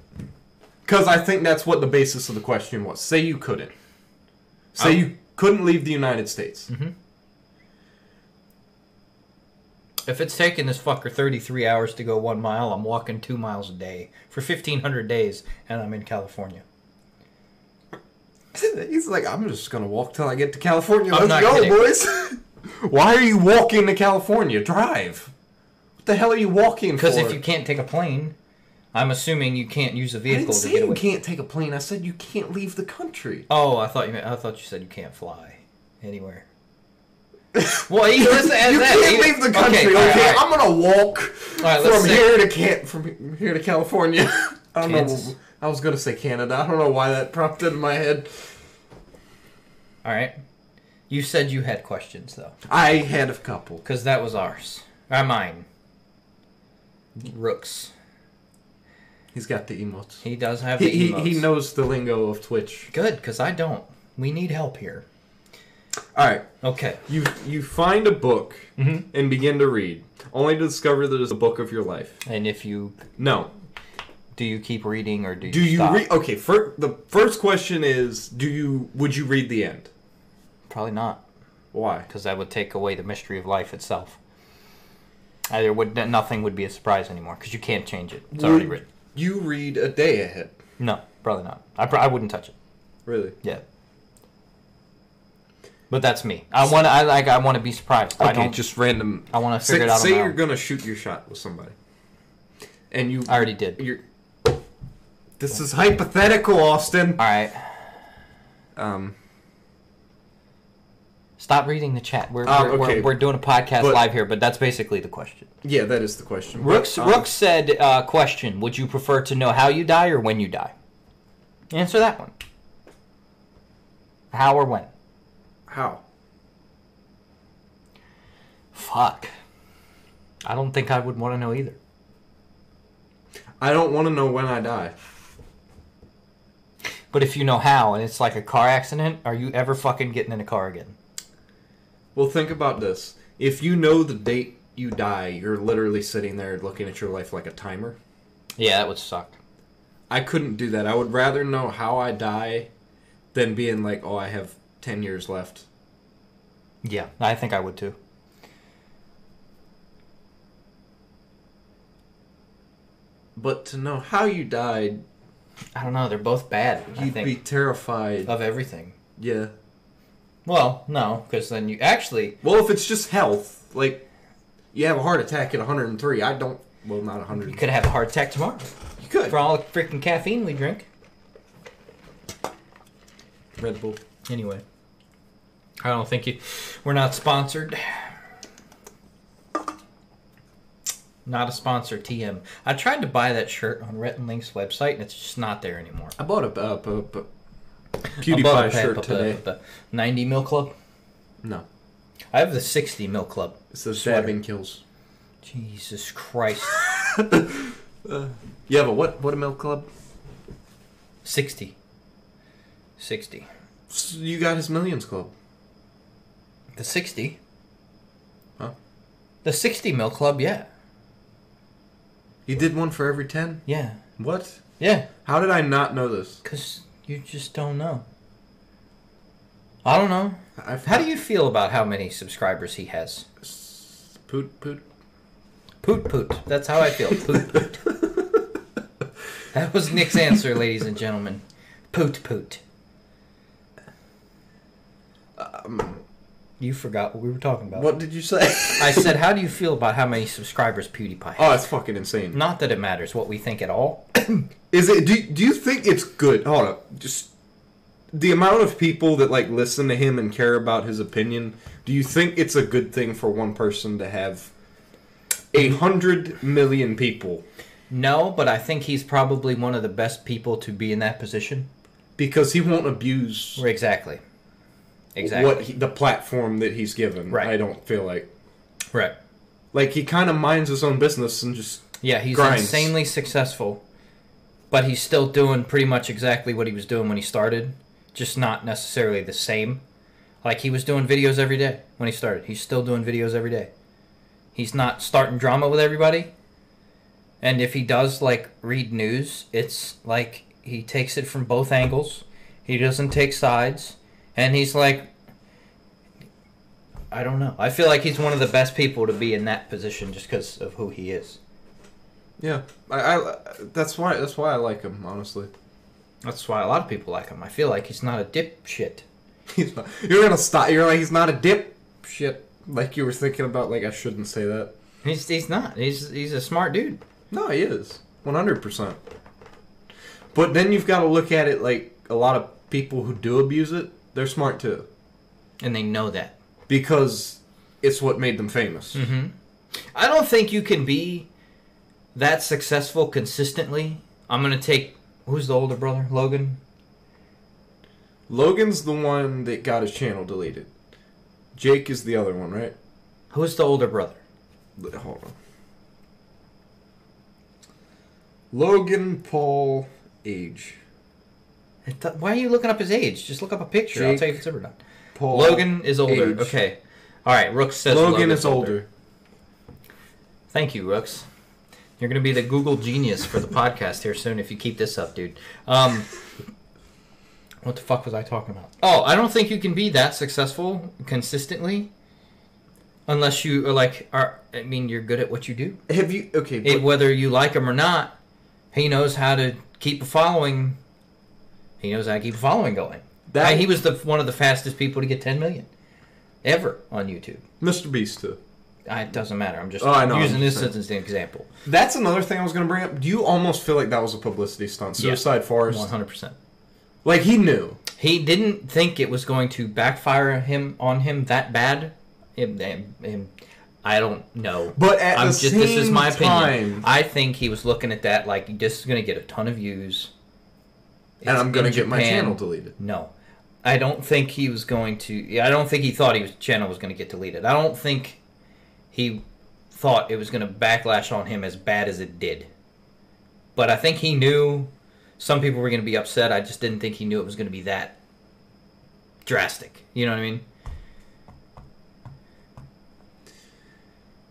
because I think that's what the basis of the question was. Say you couldn't. Say
I'm-
you couldn't leave the United States.
If it's taking this fucker 33 hours to go one mile, I'm walking two miles a day for 1,500 days, and I'm in California.
He's like, I'm just gonna walk till I get to California.
I'm
Let's
not
go,
kidding.
boys. Why are you walking to California? Drive. What the hell are you walking for?
Because if you can't take a plane, I'm assuming you can't use a
I
vehicle to
didn't say
get
you
away.
can't take a plane. I said you can't leave the country.
Oh, I thought you meant, I thought you said you can't fly anywhere. well, he doesn't add
you
that.
can't
He-
leave the country.
all
Okay,
right, all right.
I'm gonna walk
All right, let's
from
say-
here to can from here to California. I don't
Kansas.
know I was gonna say Canada. I don't know why that prompted in my head.
All right. You said you had questions though,
I had a couple.
because that was ours. Or mine. Rooks.
He's got the emotes.
He does have
He
the
he, he
emotes.
knows the lingo of Twitch.
Good, because I don't. We need help here.
All right.
Okay.
You you find a book
Mm-hmm.
and begin to read, only to discover that it's the book of your life.
And if you
No.
do, you keep reading or do you?
Do you
stop?
read? Okay. Fir- the first question is: Do you would you read the end?
Probably not,
Why?
because that would take away the mystery of life itself. Either would nothing would be a surprise anymore, because you can't change it. It's already
Would
written.
You read a day ahead.
No, probably not. I pr- I wouldn't touch it.
Really?
Yeah. But that's me. I want I like I want to be surprised. I
Okay.
don't.
Just random.
I want to
Say,
figure it out.
say
on my
you're
own.
gonna shoot your shot with somebody, and you
I already did.
you're. This is hypothetical, Austin.
All right.
Um.
Stop reading the chat. We're
Oh,
we're,
okay.
we're, we're doing a podcast
But-
live here, but that's basically the question.
Yeah, that is the question.
Rooks
Um,
Rooks said, uh, "Question: Would you prefer to know how you die or when you die?" Answer that one. How or when?
How?
Fuck. I don't think I would want to know either.
I don't want to know when I die.
But if you know how and it's like a car accident, are you ever fucking getting in a car again?
Well, think about this. If you know the date you die, you're literally sitting there looking at your life like a timer.
Yeah, that would suck.
I couldn't do that. I would rather know how I die than being like, oh, I have 10 years left.
Yeah, I think I would too.
But to know how you died,
I don't know. They're both bad. I
you'd
think
be terrified.
of everything.
yeah.
Well, no, because then you actually
Well, if it's just health, like, you have a heart attack at 103, I don't. Well, not 100.
you could have a heart attack tomorrow
You could.
for all the freaking caffeine we drink.
Red Bull.
Anyway, I don't think you. We're not sponsored. Not a sponsor, TM. I tried to buy that shirt on Rhett and Link's website, and it's just not there anymore.
I bought a, uh, p- p-
I bought a
PewDiePie
pack
shirt
of the-
today.
of The 90 Mill Club.
No.
I have the 60 Mill Club.
It says
Sweater.
stabbing kills.
Jesus Christ.
You have a what? What a milk club?
60. 60.
S- You got his millions club.
The 60?
Huh?
The 60 Mill Club, yeah.
He did one for every ten.
Yeah.
What?
Yeah.
How did I not know this?
Because you just don't know. I don't know.
I've
How do you feel about how many subscribers he has?
poot poot?
Poot poot. That's how I feel. Poot poot. that was Nick's answer, ladies and gentlemen. Poot poot.
Um,
You forgot what we were talking about.
what did you say?
I said, how do you feel about how many subscribers PewDiePie has?
oh, it's fucking insane.
Not that it matters what we think at all.
Is it? Do Do you think it's good? Hold up, just the amount of people that like listen to him and care about his opinion. Do you think it's a good thing for one person to have a hundred million people?
No, but I think he's probably one of the best people to be in that position.
Because he won't abuse
Exactly. Exactly.
what he, the platform that he's given.
Right.
I don't feel like
Right.
like he kind of minds his own business and just
Yeah, he's
Grinds.
insanely successful, but he's still doing pretty much exactly what he was doing when he started, just not necessarily the same. Like he was doing videos every day when he started. He's still doing videos every day. He's not starting drama with everybody. And if he does like read news, it's like he takes it from both angles. He doesn't take sides, and he's like I don't know. I feel like he's one of the best people to be in that position just because of who he is.
yeah. I, I that's why that's why I like him honestly.
That's why a lot of people like him. I feel like he's not a dipshit.
He's not, you're gonna stop. You're like he's not a dip shit like you were thinking about. Like I shouldn't say that.
He's he's not. He's he's a smart dude.
No, he is one hundred percent. But then you've got to look at it like a lot of people who do abuse it. They're smart too
And they know that.
because it's what made them famous.
I don't think you can be that successful consistently. I'm gonna take Who's the older brother? Logan.
Logan's the one that got his channel deleted. Jake is the other one, right?
Who's the older brother?
L- Hold on. Logan Paul age.
I thought- Why are you looking up his age? Just look up a picture. I'll
Jake
tell you if it's ever done.
Paul
Logan is older.
age.
Okay. All right. Rooks says
Logan
Logan's
is older.
Thank you, Rooks. You're gonna be the Google genius for the podcast here soon if you keep this up, dude. Um, what the fuck was I talking about? Oh, I don't think you can be that successful consistently unless you are like are. I mean, you're good at what you do.
Have you okay? but-
It, whether you like him or not, he knows how to keep a following. He knows how to keep a following going.
That-
I mean, he was the one of the fastest people to get 10 million ever on YouTube.
Mr. Beast. Too.
I, it doesn't matter. I'm just
Oh, I know,
using
I'm
this
just saying.
as an example.
That's another thing I was going to bring up. Do you almost feel like that was a publicity stunt?
Yeah.
Suicide Forest.
100%.
Like he knew.
He didn't think it was going to backfire him on him that bad. Him- him- him- I don't know.
But at
I'm
the
just this is
same
my opinion.
time-
I think he was looking at that like this is going to get a ton of views.
and
It's
I'm going to
in
get my
Japan.
channel deleted.
No, I don't think he was going to. yeah, I don't think he thought his channel was going to get deleted. I don't think he thought it was going to backlash on him as bad as it did. But I think he knew some people were going to be upset. I just didn't think he knew it was going to be that drastic. You know what I mean?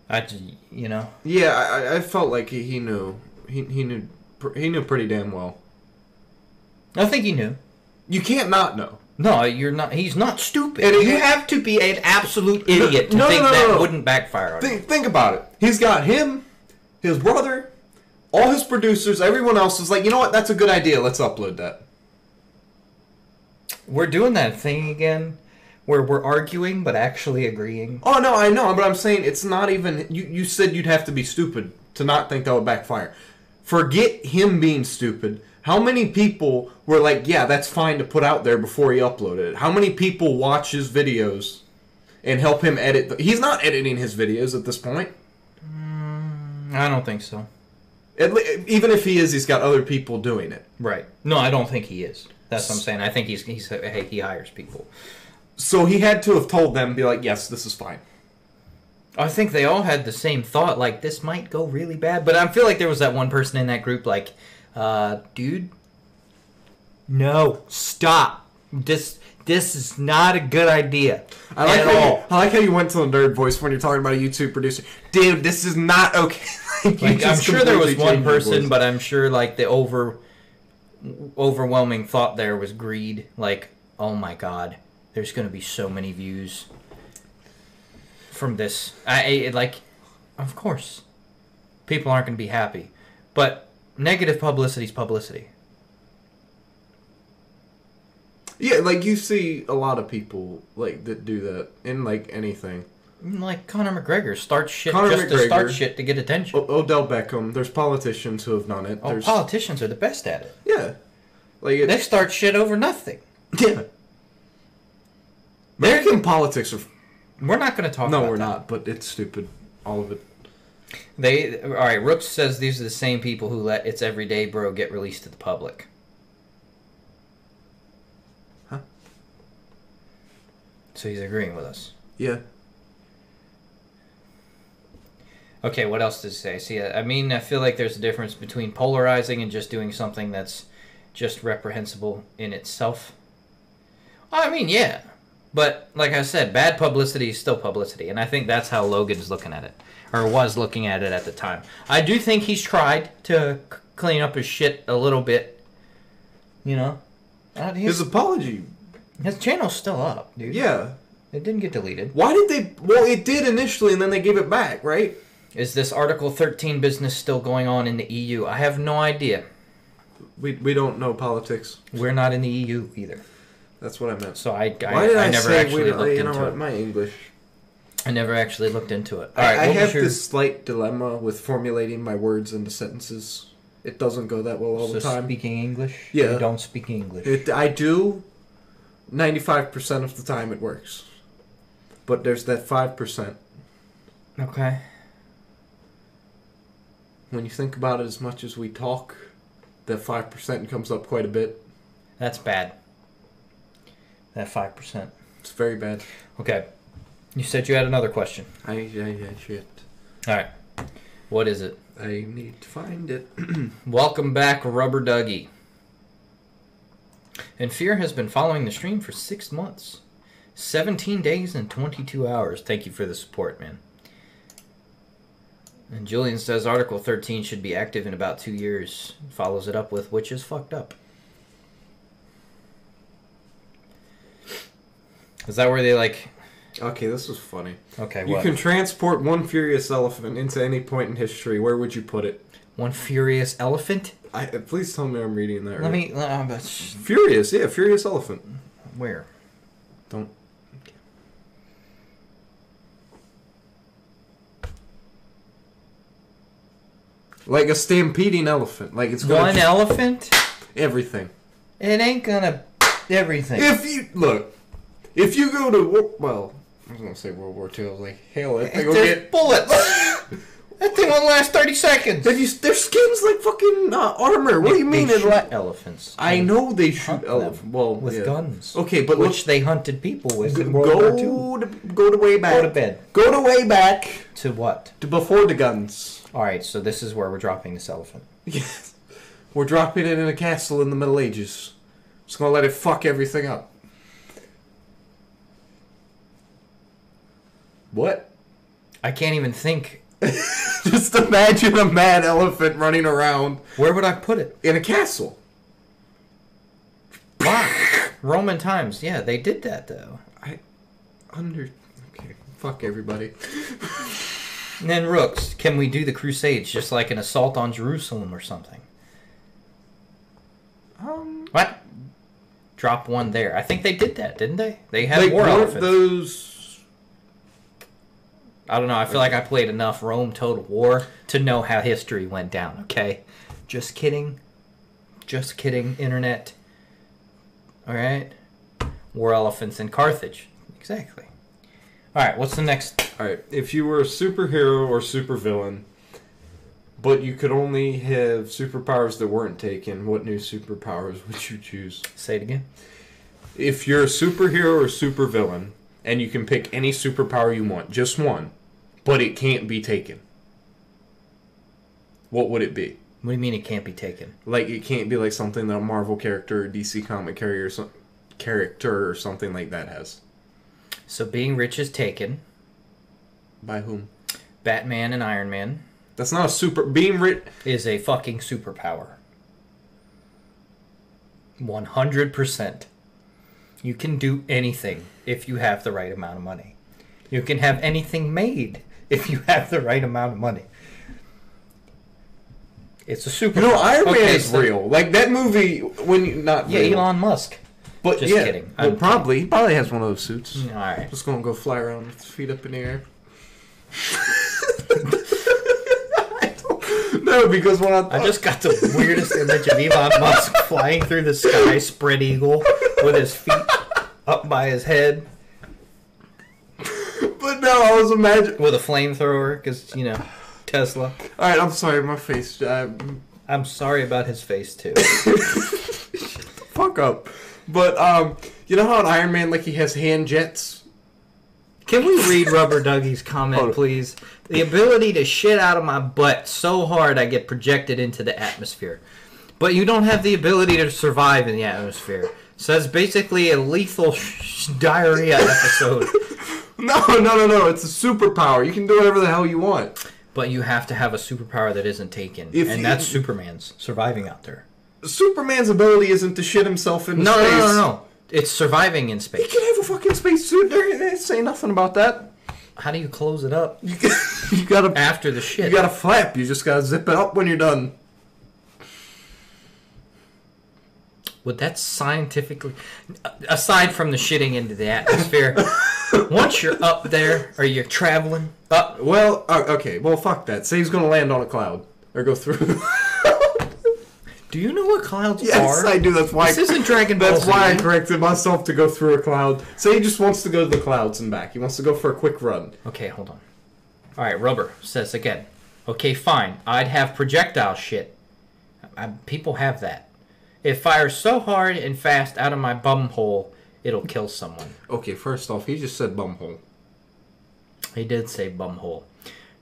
I just, you know,
Yeah, I, I- I felt like he, he knew. He, he knew. pr- He knew pretty damn well.
I think he knew.
You can't not know.
No, you're not. He's not stupid.
And it-
you have to be an absolute idiot to
no,
think
no, no,
that
no.
wouldn't backfire on you.
Think, think about it. He's got him, his brother, all his producers, everyone else is like, you know what? That's a good idea. Let's upload that.
We're doing that thing again where we're arguing but actually agreeing.
Oh no, I know, but I'm saying it's not even. You you said you'd have to be stupid to not think that would backfire. Forget him being stupid. How many people were like, yeah, that's fine to put out there before he uploaded it? How many people watch his videos and help him edit? The, he's not editing his videos at this point.
I don't think so.
At le- even if he is, he's got other people doing it.
Right. No, I don't think he is. That's what I'm saying. I think he's he's hey, he hires people.
So he had to have told them, be like, yes, this is fine.
I think they all had the same thought like this might go really bad, but I feel like there was that one person in that group like uh dude no, stop. This this is not a good idea.
I like,
at
how
all.
you, I like how you went to the nerd voice when you're talking about a YouTube producer. Dude, this is not okay. Like, you
Like, I'm
just
sure there was
completely
one
changed your
person,
voice.
but I'm sure like the over overwhelming thought there was greed. Like, oh my god, there's gonna be so many views from this. I it, like, of course, people aren't gonna be happy, but negative publicity is publicity.
yeah, like you see a lot of people like that do that in like anything.
Mm, Like Conor McGregor starts shit
Conor
just to start
McGregor.
shit to get attention.
O- Odell Beckham. There's politicians who have done it.
Oh,
there's
politicians are the best at it.
yeah, like it,
They start shit over nothing.
yeah. American politics are
We're not going to talk.
no,
about
we're
that.
not, but it's stupid. All of it.
They all right. Rooks says these are the same people who let "It's Everyday Bro" get released to the public.
Huh?
So he's agreeing with us.
Yeah.
Okay, what else does it say? See, I I mean, I feel like there's a difference between polarizing and just doing something that's just reprehensible in itself. I mean, yeah. But like I said, bad publicity is still publicity, and I think that's how Logan's looking at it, or was looking at it at the time. I do think he's tried to c- clean up his shit a little bit. You know, Uh,
His
his,
apology.
his channel's still up, dude.
Yeah.
it didn't get deleted.
Why did they? Well, it did initially, and then they gave it back, right?
Is this Article 13 business still going on in the EU? I have no idea.
We we don't know politics.
We're not in the EU either,
That's what I meant.
so I, I, I, never actually looked
you know
into
what,
it.
my English.
I never actually looked into it. All
I,
right, what
I
was
have
your-
this slight dilemma with formulating my words into sentences. It doesn't go that well all
so
the time.
speaking English.
Yeah.
you don't speak English.
It, I do. Ninety-five percent of the time, it works. But there's that five percent.
okay,
When you think about it, as much as we talk,
That five percent comes up quite a bit.
That's bad. That 5%.
It's very bad.
Okay. You said you had another question.
I, I, I shit.
All right. What is it?
I need to find it.
Welcome back, Rubber Dougie. And Fear has been following the stream for six months. 17 days and 22 hours. Thank you for the support, man. And Julian says Article 13 should be active in about two years. Follows it up with, which is fucked up. Is that where they like.
Okay, this was funny.
Okay,
You
what?
can transport one furious elephant into any point in history. Where would you put it?
One furious elephant?
I, please tell me I'm reading that
Let
right.
me. Uh, but sh-
Furious, yeah, furious elephant.
where?
Don't. Like a stampeding elephant. Like it's going
One elephant?
everything.
It ain't gonna. Everything.
If you look, if you go to Wo- well, I was gonna say World War II. I was like, hell, that thing will
There's
get.
bullets. that thing won't last thirty seconds.
Have you? Their skin's like fucking uh, armor. What do you
They
mean? It
shoot
la-
elephants?
I
They
know they shoot
hunt them
elephants. Well,
with
yeah.
guns.
Okay, but
which
which
they hunted people with in World War II.
go to go to way back.
to bed.
Go to way back
To what?
to before the guns.
All right, so this is where we're dropping this elephant.
Yes. We're dropping it in a castle in the Middle Ages. Just gonna let it fuck everything up. What?
I can't even think.
Just imagine a mad elephant running around
Where would I put it?
in a castle.
Why? Roman times. Yeah, they did that though.
I under okay. Fuck everybody.
And then rooks. Can we do the Crusades just like an assault on Jerusalem or something?
Um
What? Drop one there. I think they did that, didn't they? They had
like
war
weren't
elephants.
those
I don't know. I feel like I played enough Rome Total War to know how history went down, okay? Just kidding. Just kidding, internet. Alright? War elephants in Carthage. Exactly. Alright, what's the next?
Alright, if you were a superhero or supervillain, but you could only have superpowers that weren't taken, what new superpowers would you choose?
Say it again.
If you're a superhero or supervillain, and you can pick any superpower you want, just one, but it can't be taken, what would it be?
What do you mean it can't be taken?
Like it can't be like something that a Marvel character or DC comic character or, some, character or something like that has.
So being rich is taken.
By whom?
Batman and Iron Man
That's not a super being writ.
is a fucking superpower. 100%. You can do anything if you have the right amount of money. You can have anything made if you have the right amount of money. It's a superpower.
You know, Iron
Okay,
Man is
so-
real. Like that movie when you not
Yeah,
real.
Elon Musk.
But
Just
yeah,
kidding. Mm.
Well,
I'm
probably he probably has one of those suits.
All right.
Just gonna go fly around with his feet up in the air. no, because when I,
I just got the weirdest image of Elon Musk flying through the sky, spread eagle, with his feet up by his head,
but no, I was imagining.
with a flamethrower, because, you know, Tesla.
All right, I'm sorry, my face. uh, I,
I'm sorry about his face too.
fuck up. But um, you know how in Iron Man like he has hand jets.
Can we read Rubber Dougie's
Hold
comment,
on.
please? The ability to shit out of my butt so hard I get projected into the atmosphere. But you don't have the ability to survive in the atmosphere. So it's basically a lethal sh- diarrhea episode.
No, no, no, no. It's a superpower. You can do whatever the hell you want.
but you have to have a superpower that isn't taken.
If
and
you-
that's Superman's surviving out there.
Superman's ability isn't to shit himself into
No,
space.
no, no, no, no. It's surviving in
He
space.
can have a fucking spacesuit. There, they say nothing about that.
How do you close it up
You, got- you gotta
after the shit?
You got a flap. You just gotta zip it up when you're done.
Would that scientifically, aside from the shitting into the atmosphere, once you're up there or you're traveling up,
Well, uh, okay. Well, fuck that. Say he's gonna land on a cloud or go through.
do you know what clouds
yes,
are?
I do. That's why.
This isn't Dragon Ball
That's why I
Z.
corrected myself to go through a cloud. Say he just wants to go to the clouds and back. He wants to go for a quick run.
Okay, hold on. All right, Rubber says again. Okay, fine. I'd have projectile shit. I, people have that. It fires so hard and fast out of my bum hole, it'll kill someone.
Okay, first off, he just said bumhole.
He did say bumhole.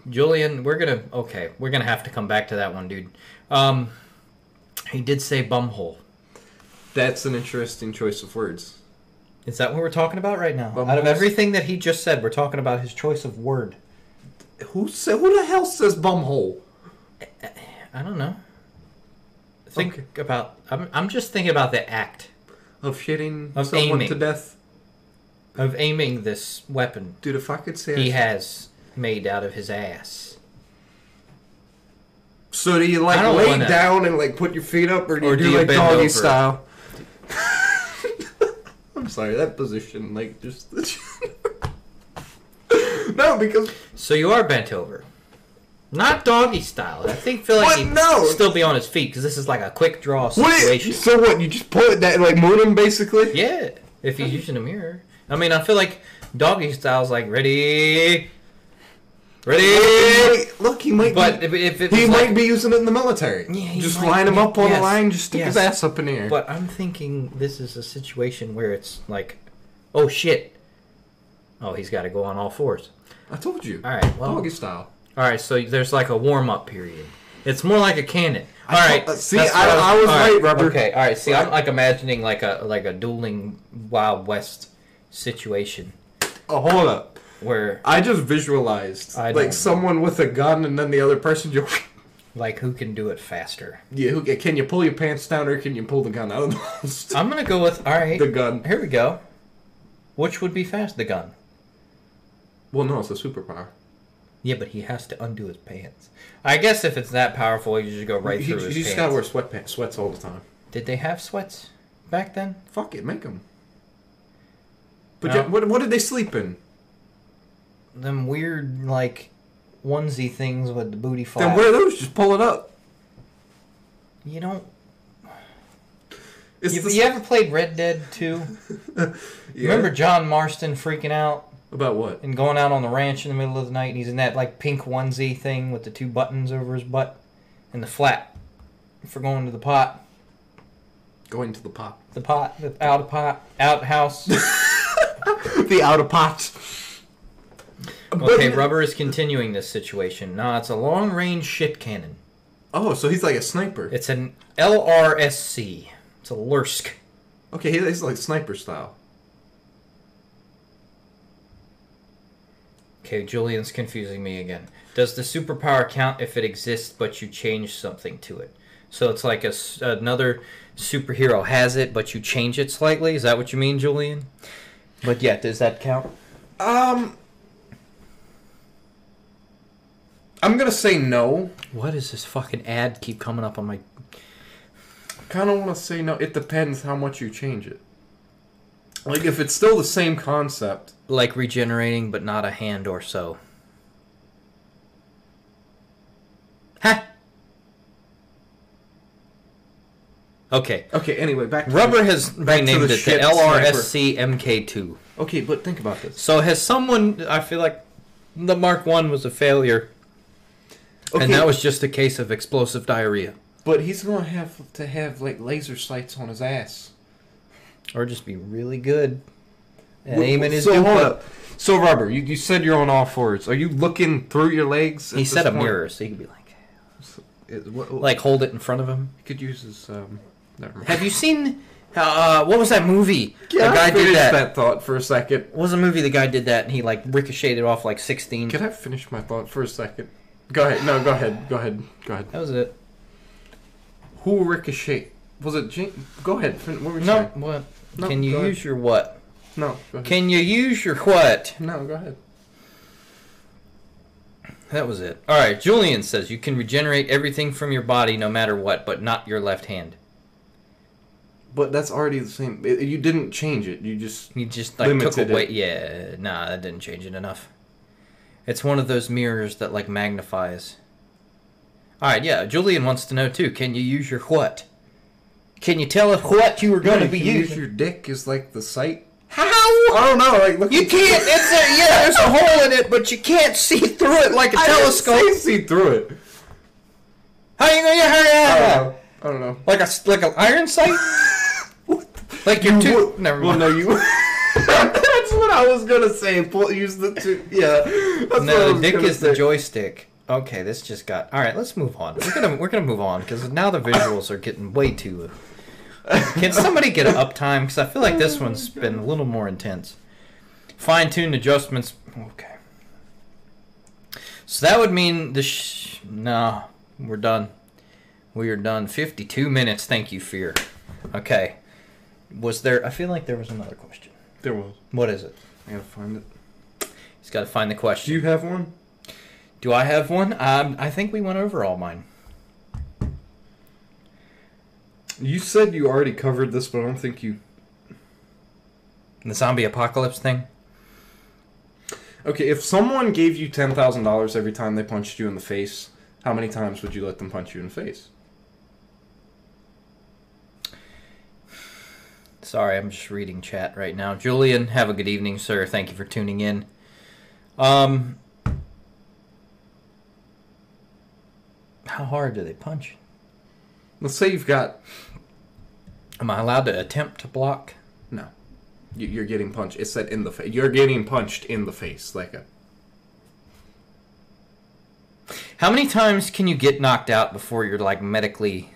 Julian, we're gonna okay, we're gonna have to come back to that one, dude. Um, he did say bumhole.
That's an interesting choice of words.
Is that what we're talking about right now? Out of
Bumhole's-
everything that he just said, we're talking about his choice of word.
Who said? Who the hell says bumhole?
I don't know. Think
Okay.
about. I'm, I'm just thinking about the act
Of shitting
Of
someone to
aiming.
death,
of aiming this weapon
dude. If I could say, I-
he has made out of his ass.
so do you
I
like
don't
lay
wanna-
down and like put your feet up, or do
Or
you
do
do,
you
like
bend
doggy
over?
style? I'm sorry, that position, like just. no, because
So you are bent over. Not doggy style. I think feel like
What?
he'd
No.
still be on his feet because this is like a quick draw
what?
situation.
So what? You just put that like moon him basically.
Yeah, if he's using a mirror. I mean, I feel like doggy style's like ready, ready.
Look, he might.
But
be,
if, if it
he
was
might
like,
be using it in the military.
Yeah, he
just
might
line him
be-
up on
yes,
a line, just stick his
yes.
ass up in the air.
But I'm thinking this is a situation where it's like, oh shit. Oh, he's got to go on all fours.
I told you.
All right, well-
doggy style.
All right, so there's like a warm up period. It's more like a cannon. All
I
right,
thought- uh, see,
that's
I-
what
I was
all
right, Rubber.
Okay, all right. See, I'm
Right.
like imagining like a like a dueling Wild West situation
Oh, hold up.
where
I just visualized
I don't know.
like someone with a gun, and then the other person just.
like who can do it faster.
Yeah, who, can you pull your pants down or can you pull the gun out of the holster?
I'm gonna go with all right.
The gun.
Here we go. Which would be fast? The gun.
Well, no, it's a superpower.
Yeah, but he has to undo his pants. I guess if it's that powerful, you just go right
He,
through
he
his pants.
just gotta wear sweatpants, sweats all the time.
Did they have sweats back then?
Fuck it, make them. But
No.
yeah, what, what did they sleep in?
Them weird like onesie things with the booty flap.
Then wear those, just pull it up.
You don't.
It's
You,
the-
you ever played Red Dead 2?
Yeah.
Remember John Marston freaking out
About what?
and going out on the ranch in the middle of the night, and he's in that like pink onesie thing with the two buttons over his butt and the flap for going to the pot.
Going to the pot.
The pot, the out of pot, outhouse.
the outer pot.
Okay, rubber is continuing this situation. Nah, it's a long range shit cannon.
Oh, so he's like a sniper.
It's an LRSC. It's a Lursk.
Okay, he- he's like sniper style.
Okay, Julian's confusing me again. Does the superpower count if it exists but you change something to it? So it's like a s another superhero has it but you change it slightly? Is that what you mean, Julian? But yeah, does that count?
Um, I'm gonna say no.
What does this fucking ad keep coming up on my.
Kind of want to say no. It depends how much you change it. Like if it's still the same concept,
Like regenerating but not a hand or so? Ha! Okay.
Okay, anyway, back to
Rubber has
Back to
renamed
the
it the
shit
LRSC MK2.
Okay, but think about this.
So has someone? I feel like the Mark One was a failure,
Okay,
and that was just a case of explosive diarrhea,
but he's gonna have to have like laser sights on his ass.
or just be really good and
Wh-
aiming his.
so
dude
hold
up.
up. So rubber, you, you said you're on all fours. Are you looking through your legs? at
He
this
said a
point?
mirror, so he could be like,
It- what- what-
like hold it in front of him.
he could use his. Um, never mind.
Have you seen? Uh, what was that movie? the
Yeah, I
guy did
finished
that.
thought for a second.
What was a movie the guy did that and he like ricocheted off like sixteen.
Can I finish my thought for a second? Go ahead. No, go ahead. Go ahead. Go ahead.
That was it.
Who ricochet? Was it Jane? Go ahead. fin- What were you
No,
saying?
what?
No,
Can you
go ahead.
use your what?
No. Go ahead.
Can you use your what?
no, go ahead.
That was it. All right, Julian says you can regenerate everything from your body no matter what, but not your left hand.
But that's already the same. It- you didn't change it. You just
You just like took
Limited
away.
it.
Yeah, nah, that didn't change it enough. It's one of those mirrors that like magnifies. All right, yeah. Julian wants to know too. Can you use your what? Can you tell us what you were going to
Yeah,
be
you can use
using?
your dick is like the sight.
How?
I don't know. Like look,
You can't. It's a, yeah. There's a hole in it, but you can't see through it like a
I didn't
telescope.
say see through it.
How you gonna?
I
Hurry
don't
up!
know. I don't know.
Like a s- like an iron sight. Like your
You
two.
would-
Never
Well,
mind.
no, you. That's what I was gonna say. Pull, use the two. Yeah. That's what I
No,
was
the dick
gonna
is the
say.
joystick. Okay, this just got. All right, let's move on. We're gonna we're gonna move on because now the visuals are getting way too. Can somebody get an uptime? Because I feel like this one's been a little more intense. Fine tuned adjustments. Okay. So that would mean the. Sh- no, we're done. We are done. Fifty-two minutes. Thank you, fear. Okay. Was there? I feel like there was another question.
There was.
What is it?
I gotta find it.
He's got to find the question.
Do you have one?
Do I have one? Um, I think we went over all mine.
You said you already covered this, but I don't think you.
The zombie apocalypse thing.
Okay, if someone gave you ten thousand dollars every time they punched you in the face, how many times would you let them punch you in the face?
Sorry, I'm just reading chat right now. Julian, have a good evening, sir. Thank you for tuning in. Um, how hard do they punch?
Let's say you've got
Am I allowed to attempt to block?
no. You- You're getting punched. It said in the face. You're getting punched in the face, like a.
How many times can you get knocked out before you're like medically,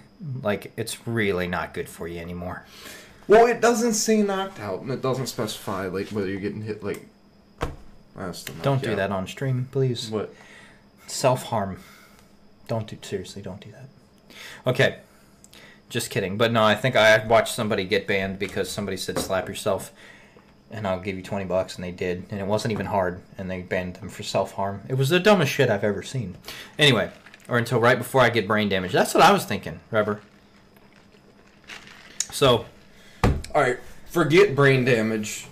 like it's really not good for you anymore?
Well, it doesn't say knocked out, and it doesn't specify like whether you're getting hit like. That's the
Don't do
knockout.
that on stream, please.
What?
self harm. Don't do seriously. Don't do that. Okay, just kidding. But no, I think I watched somebody get banned because somebody said slap yourself, and I'll give you twenty bucks, and they did, and it wasn't even hard, and they banned them for self harm. It was the dumbest shit I've ever seen. Anyway, or until right before I get brain damage. That's what I was thinking, Rubber. So
All right, forget brain damage.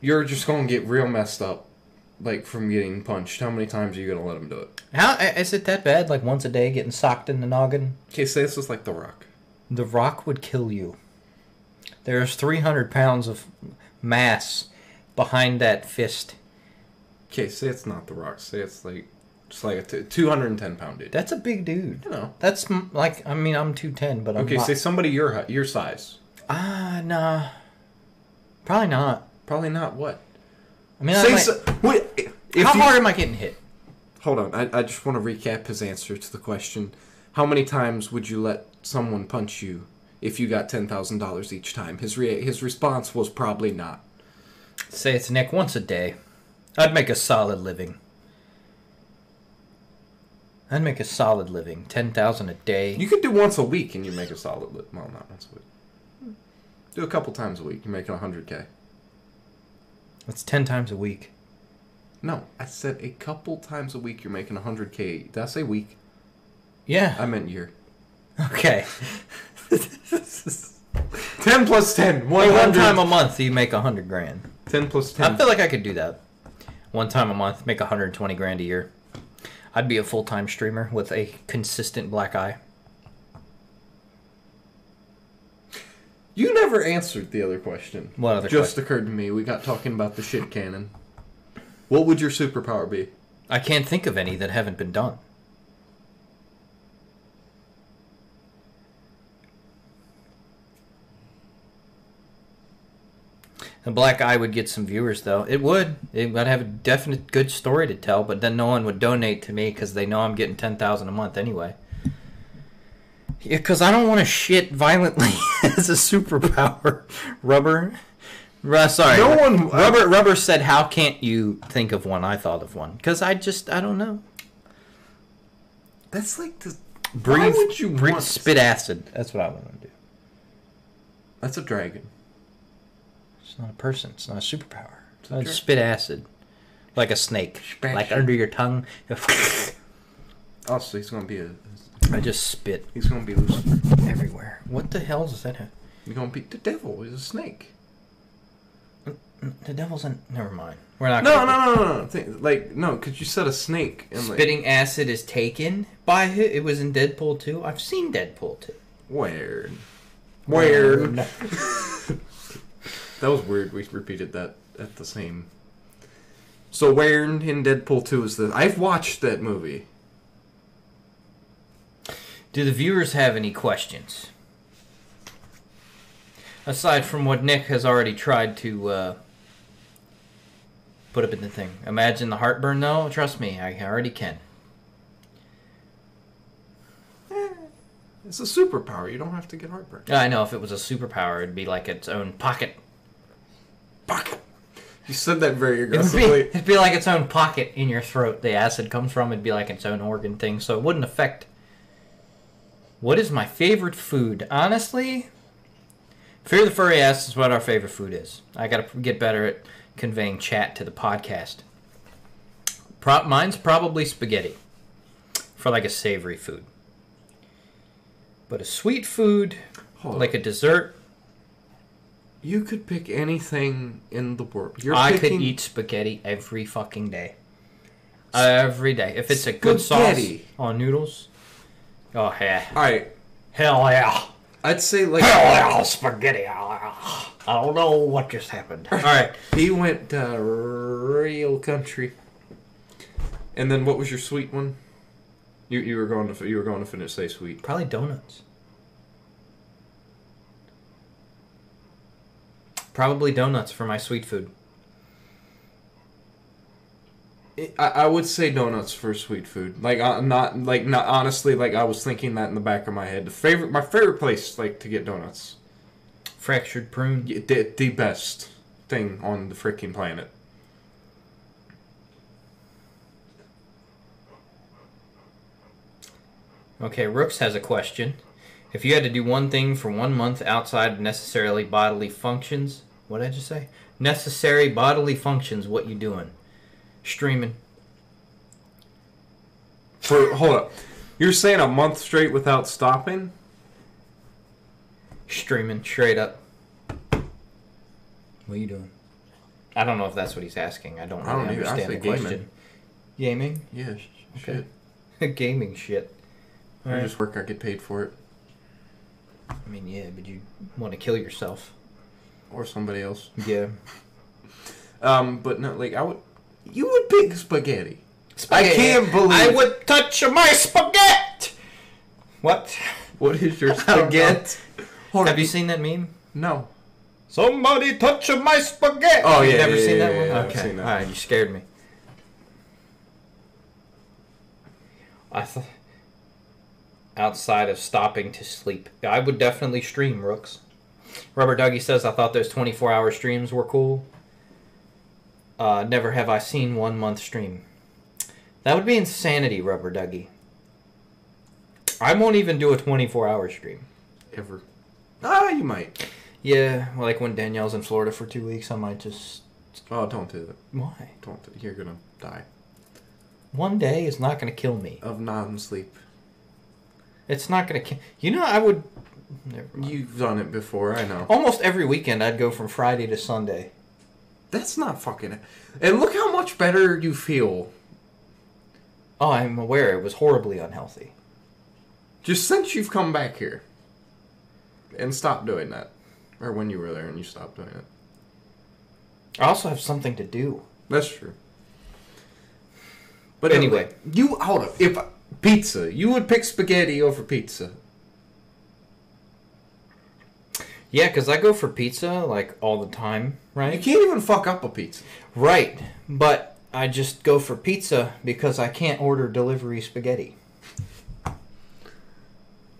You're just gonna get real messed up, like from getting punched. How many times are you gonna let him do it?
how is it that bad? Like once a day, getting socked in the noggin?
Okay, say this is like The Rock.
The rock would kill you. There's 300 pounds of mass behind that fist.
Okay, say it's not The Rock. Say it's like just like a t- 210 pound dude.
That's a big dude.
you know.
That's m- like, I mean, I'm 210, but I'm
Okay,
not.
say somebody your hu- your size.
Ah, nah. Probably not.
Probably not what.
I mean, I
Say
might-
so, wait, if
Uh, how
you-
hard am I getting hit?
Hold on. I, I just want to recap his answer to the question. How many times would you let someone punch you if you got ten thousand dollars each time? His re- his response was probably not.
Say it's Nick once a day. I'd make a solid living. I'd make a solid living. 10,000 a day.
You could do once a week and you make a solid. Li- well, not once a week. Do a couple times a week. You're making hundred k.
That's 10 times a week.
No, I said a couple times a week. You're making hundred k. Did I say week? I
Yeah.
meant year.
Okay.
Ten plus ten. One
Like one
hundred.
time a month, you make 100 grand.
ten plus ten.
I feel like I could do that. One time a month, make 120 grand a year. I'd be a full time streamer with a consistent black eye.
you never answered the other question.
What other
Just occurred to me. We got talking about the shit cannon. What would your superpower be?
I can't think of any that haven't been done. The black eye would get some viewers, though. It would. It would have a definite good story to tell, but then no one would donate to me because they know I'm getting ten thousand a month anyway. Yeah, because I don't want to shit violently as a superpower. Rubber. Ru- sorry.
No one-
Rubber. Rubber said, "How can't you think of one?" I thought of one because I just I don't know.
That's like the
Breathe.
Why would you
breathe,
want-
spit acid. That's what I want to do.
That's a dragon.
It's not a person. It's not a superpower.
a
I'd
jerk.
spit acid, like a snake,
Spit
like
acid.
under your tongue.
Also, he's gonna be a.
I just spit
He's gonna be Lucifer.
everywhere. What the hell does that? Have?
He's gonna be the devil. He's a snake.
The devil's in. Never mind. We're not.
No,
gonna-
no, no, no, no. Think, like no, because you said a snake and like
Spitting acid is taken by who? It was in Deadpool 2. I've seen Deadpool 2.
weird, weird. That was weird. We repeated that at the same. So weird in Deadpool two is the I've watched that movie.
Do the viewers have any questions? Aside from what Nick has already tried to uh, put up in the thing. Imagine the heartburn, though. Trust me, I already can.
It's a superpower. You don't have to get heartburn.
I know if it was a superpower, it'd be like its own pocket.
Fuck. You said that very
It would be,
aggressively.
it'd be like its own pocket in your throat. The acid comes from. It'd be like its own organ thing, so it wouldn't affect. What is my favorite food? Honestly, fear the furry ass is what our favorite food is. I gotta get better at conveying chat to the podcast. Prop mine's probably spaghetti, for like a savory food. But a sweet food,
Hold on.
like a dessert,
You could pick anything in the world. You're
I
picking
could eat spaghetti every fucking day. Every day. If it's a good
Spaghetti.
sauce on noodles. Oh, yeah.
All right,
Hell yeah.
I'd say like
Hell yeah, spaghetti. I don't know what just happened. All right.
he went to real country. And then what was your sweet one? You you were going to you were going to finish say sweet.
Probably donuts. Probably donuts for my sweet food.
I, I would say donuts for sweet food. Like uh, not like not honestly like I was thinking that in the back of my head. The favorite my favorite place like to get donuts.
Fractured prune.
Y- The, the best thing on the freaking planet.
Okay, Rooks has a question. If you had to do one thing for one month outside of necessarily bodily functions, what did I just say? Necessary bodily functions, what you doing? Streaming.
For hold up. You're saying a month straight without stopping?
Streaming straight up. What you doing? I don't know if that's what he's asking. I don't really
I don't either. I
understand
say
the
gaming.
question. Gaming?
Yeah. sh-
Okay.
Shit.
gaming shit.
I
Alright.
just work. I get paid for it,
I mean, yeah, but you want to kill yourself.
or somebody else.
Yeah.
Um, but no, like I would. You would pick spaghetti.
Spaghetti.
can't believe
I
it.
would touch my spaghetti! What?
What is your
don't know.
spaghetti? Hold
Have you seen that meme?
No.
Somebody touch my spaghetti.
Oh,
You've
yeah,
never
yeah,
seen
yeah,
that
yeah,
one.
yeah, I've
okay,
seen that.
all right, you scared me. I th- outside of stopping to sleep, I would definitely stream Rooks. Rubber Dougie says I thought those twenty-four hour streams were cool. Uh, never have I seen one month stream. That would be insanity, Rubber Dougie. I won't even do a twenty-four hour stream.
Ever. Ah, you might.
Yeah, like when Danielle's in Florida for two weeks, I might just.
Oh, don't do that.
Why?
Don't. Do, you're gonna die
One day is not going to kill me.
of non-sleep.
It's not going to kill. You know, I would. Never mind.
You've done it before. I know.
Almost every weekend, I'd go from Friday to Sunday.
That's not fucking. And look how much better you feel.
Oh, I'm aware it was horribly unhealthy.
Just since you've come back here. And stopped doing that. Or when you were there and you stopped doing it.
I also have something to do.
That's true. But
Anyway.
anyway, you hold up. If pizza, you would pick spaghetti over pizza.
Yeah, because I go for pizza like all the time,
You
right?
can't even fuck up a pizza.
Right, but I just go for pizza because I can't order delivery spaghetti.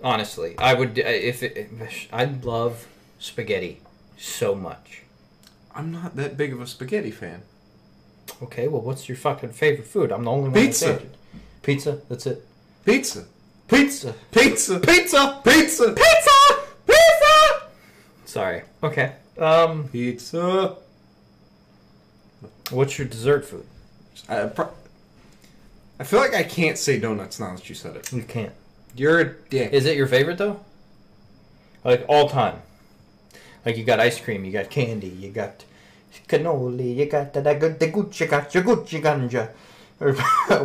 Honestly, I would if it, I love spaghetti so much.
I'm not that big of a spaghetti fan.
Okay, well, what's your fucking favorite food? I'm the only one.
Pizza.
That said it. pizza. That's it.
Pizza,
Pizza.
pizza,
Pizza.
pizza,
Pizza. Pizza. Sorry. Okay. Um,
pizza.
what's your dessert food?
I, pro- I feel like I can't say donuts now that you said it.
You can't.
You're a dick.
Is it your favorite though? Like all time. Like you got ice cream, you got candy, you got cannoli, you got the, the, good- the Gucci, got your Gucci ganja, or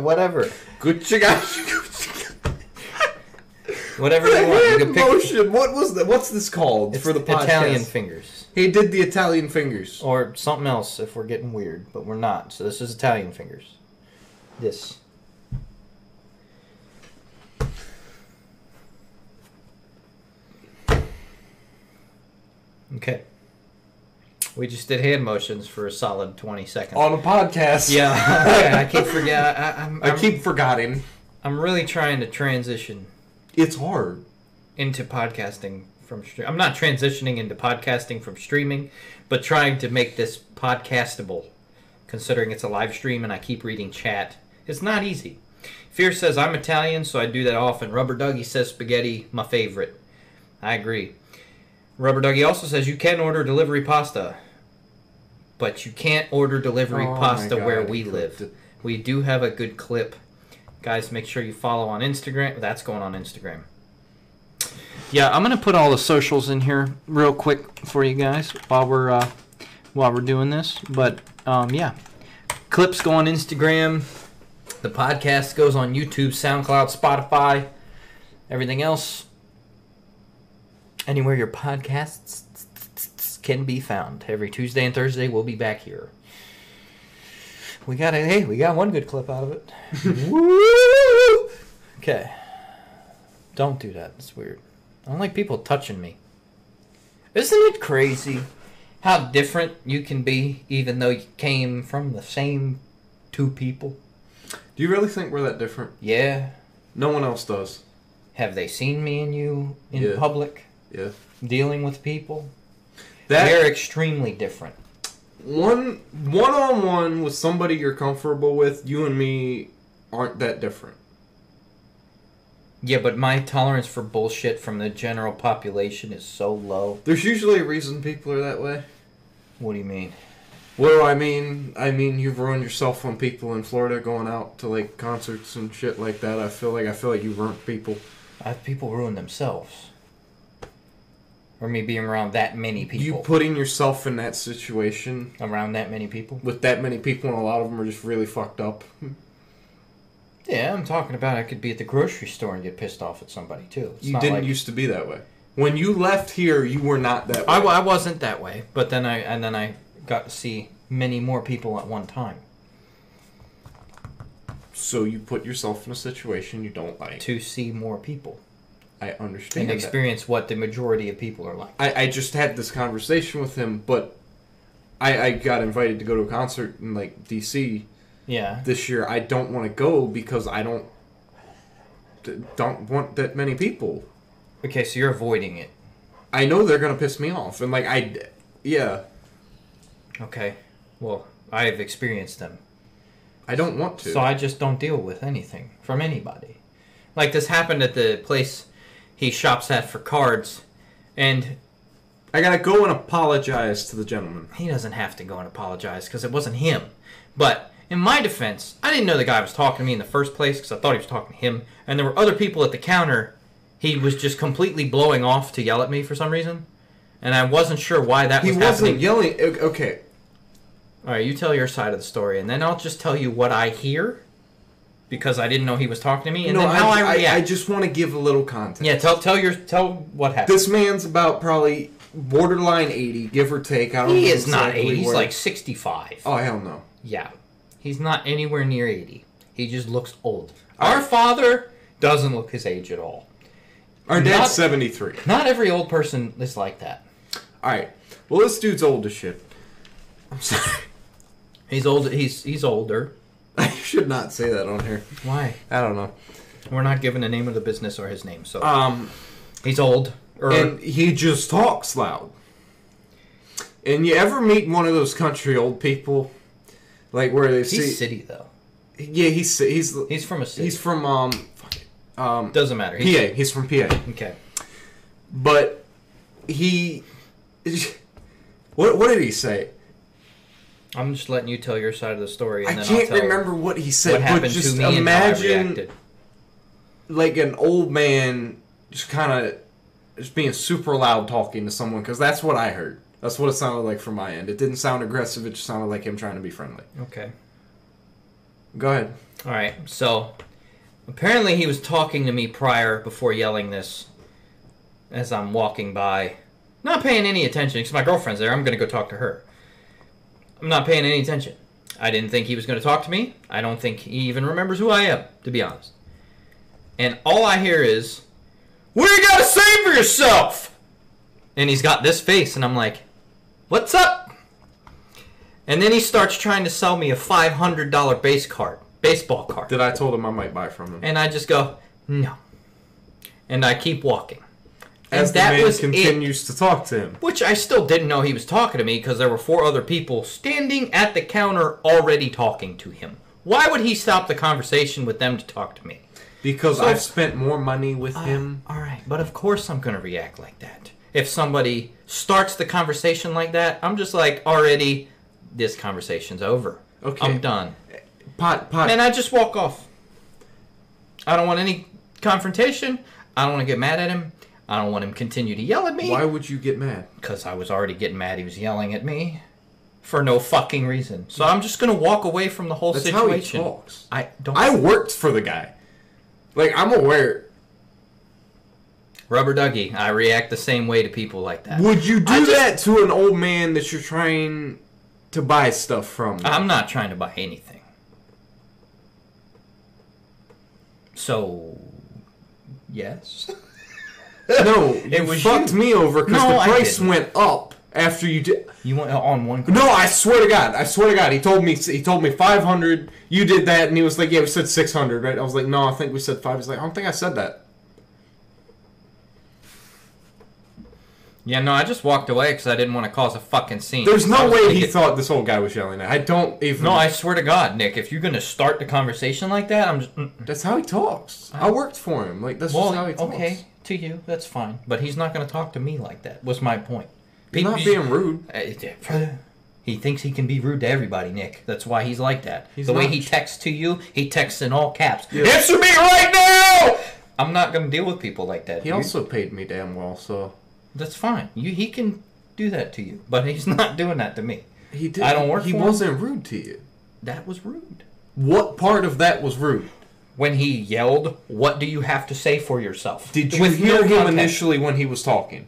whatever,
Gucci gosh, Gucci gosh.
whatever you want. You
Hand
can pick
motion. What was the, What's this called
It's
for the podcast?
Italian fingers
He did the Italian fingers.
or something else if we're getting weird, but we're not. So this is Italian fingers. This. Okay. We just did hand motions for a solid 20
Oh.
seconds.
on a podcast.
Yeah, I keep forget. I, I, I'm,
I
I'm,
keep forgetting.
I'm really trying to transition
It's hard.
into podcasting from stream. I'm not transitioning into podcasting from streaming, but trying to make this podcastable, considering it's a live stream and I keep reading chat. It's not easy. Fear says I'm Italian, so I do that often. Rubber Dougie says spaghetti, my favorite. I agree. Rubber Dougie also says you can order delivery pasta, but you can't order delivery
Oh my
pasta where
God,
we
he
live.
clipped it.
We do have a good clip. Guys, make sure you follow on Instagram. That's going on Instagram. Yeah, I'm gonna put all the socials in here real quick for you guys while we're uh, while we're doing this. But um, yeah, clips go on Instagram. The podcast goes on YouTube, SoundCloud, Spotify, everything else. Anywhere your podcasts can be found. Every Tuesday and Thursday, we'll be back here. We got a hey, we got one good clip out of it. Woo! Okay, don't do that. It's weird. I don't like people touching me. Isn't it crazy how different you can be, even though you came from the same two people?
Do you really think we're that different?
Yeah.
No one else does.
Have they seen me and you in
Yeah.
public
Yeah.
dealing with people?
That
They're extremely different.
one one on one with somebody you're comfortable with, you and me aren't that different.
Yeah, but my tolerance for bullshit from the general population is so low.
There's usually a reason people are that way.
What do you mean?
What do I mean? I mean you've ruined yourself on people in Florida going out to like concerts and shit like that. I feel like I feel like you ruined people.
I have people ruin themselves. Or me being around that many
You
people.
putting yourself in that situation
around that many people?
with that many people and a lot of them are just really fucked up.
Yeah, I'm talking about I could be at the grocery store and get pissed off at somebody too. It's
you
not
didn't
like-
used to be that way. When you left here, you were not that way.
I, wa- I wasn't that way, but then I and then I got to see many more people at one time.
so you put yourself in a situation you don't like.
to see more people
I
and
understand that.
experience what the majority of people are like.
I, I just had this conversation with him, but I, I got invited to go to a concert in like DC
Yeah.
this year. I don't want to go because I don't d- don't want that many people.
Okay, so you're avoiding it.
I know they're gonna piss me off, and like I, d- yeah,
Okay. Well, I've experienced them.
I don't want to.
So I just don't deal with anything from anybody. Like this happened at the place he shops at for cards and
I gotta go and apologize to the gentleman.
he doesn't have to go and apologize because it wasn't him. But in my defense, I didn't know the guy was talking to me in the first place because I thought he was talking to him. And there were other people at the counter he was just completely blowing off to yell at me for some reason. And I wasn't sure why that
He
was happening.
wasn't yelling. o- Okay,
All right, you tell your side of the story, and then I'll just tell you what I hear because I didn't know he was talking to me, and
no,
then how I,
I, I,
react.
I just want to give a little context.
yeah, tell tell your tell what happened.
This man's about probably borderline eighty, give or take. I don't.
he
know
is not
exactly
eighty; he's
where-
like sixty-five.
oh hell no.
Yeah. He's not anywhere near 80. He just looks old. Our father doesn't look his age at all.
Our dad's
Not-
seventy three.
Not every old person is like that.
All right. Well, this dude's old as shit. I'm sorry.
He's old he's he's older.
I should not say that on here.
Why?
I don't know.
We're not given the name of the business or his name, so
Um,
he's old. er, Or
and he just talks loud. And you ever meet one of those country old people, like where they
he's
see?
city though.
Yeah, he's he's he's,
He's from a city.
he's from um, fuck it, um,
doesn't matter.
PA.
He's,
He's from PA.
Okay.
but he what what did he say
I'm just letting you tell your side of the story and
i
then
can't
I'll tell
remember what he said
what
but
happened
just
to me and how I
imagine
reacted.
like an old man just kind of just being super loud talking to someone because that's what i heard that's what it sounded like from my end it didn't sound aggressive it just sounded like him trying to be friendly
Okay.
go ahead
All right. So apparently he was talking to me prior before yelling this as I'm walking by. Not paying any attention because my girlfriend's there. I'm going to go talk to her. I'm not paying any attention. I didn't think he was going to talk to me. I don't think he even remembers who I am, to be honest. And all I hear is, "What do you got to say for yourself?" and he's got this face, and I'm like, "What's up?" And then he starts trying to sell me a five hundred dollar base card, baseball card,
That I told him I might buy from him.
and I just go, "No," and I keep walking. and
As the
that
man
was it.
continues to talk to him.
Which I still didn't know he was talking to me because there were four other people standing at the counter already talking to him. Why would he stop the conversation with them to talk to me?
Because
So- Uh,
I've spent more money with him.
All right, but of course I'm going to react like that. If somebody starts the conversation like that, I'm just like, already, this conversation's over.
Okay.
I'm done.
Pot, pot.
And I just walk off. I don't want any confrontation. I don't want to get mad at him. I don't want him to continue to yell at me.
why would you get mad?
because I was already getting mad. He was yelling at me for no fucking reason. So I'm just gonna walk away from the whole
That's how he
situation.
talks.
I don't.
I worked for the guy. Like, I'm aware.
Rubber Dougie. I react the same way to people like that.
Would you do
I just-
that to an old man that you're trying to buy stuff from?
I'm not trying to buy anything. So, yes.
no, you
was
fucked
you.
me over because
No,
the
I
price
didn't.
went up after you did.
You went on one.
No, I swear to God, I swear to God, he told me he told me five hundred. You did that, and he was like, "Yeah, we said six hundred, right?" I was like, "No, I think we said five. He's like, "I don't think I said that."
Yeah, no, I just walked away because I didn't want to cause a fucking scene.
There's
I
no
was
way he
thinking-
thought this old guy was yelling. at. I don't even.
No, I swear to God, Nick, if you're gonna start the conversation like that, I'm just. mm-mm.
That's how he talks. I worked for him. Like that's
Uh-huh. Well,
just how he talks.
okay, to you, that's fine. But he's not going to talk to me like that. Was my point?
He's not being rude.
Uh, He thinks he can be rude to everybody, Nick. That's why he's like that.
He's
the way
not.
he texts to you, he texts in all caps.
Yeah.
Answer me right now! I'm not going to deal with people like that.
He
dude.
also paid me damn well, so
that's fine. You, he can do that to you, but he's not doing that to me.
he did.
I don't work
He
for him.
wasn't rude to you.
That was rude.
What part of that was rude?
When he yelled, "What do you have to say for yourself?"
Did you
With no
hear him
context.
initially when he was talking?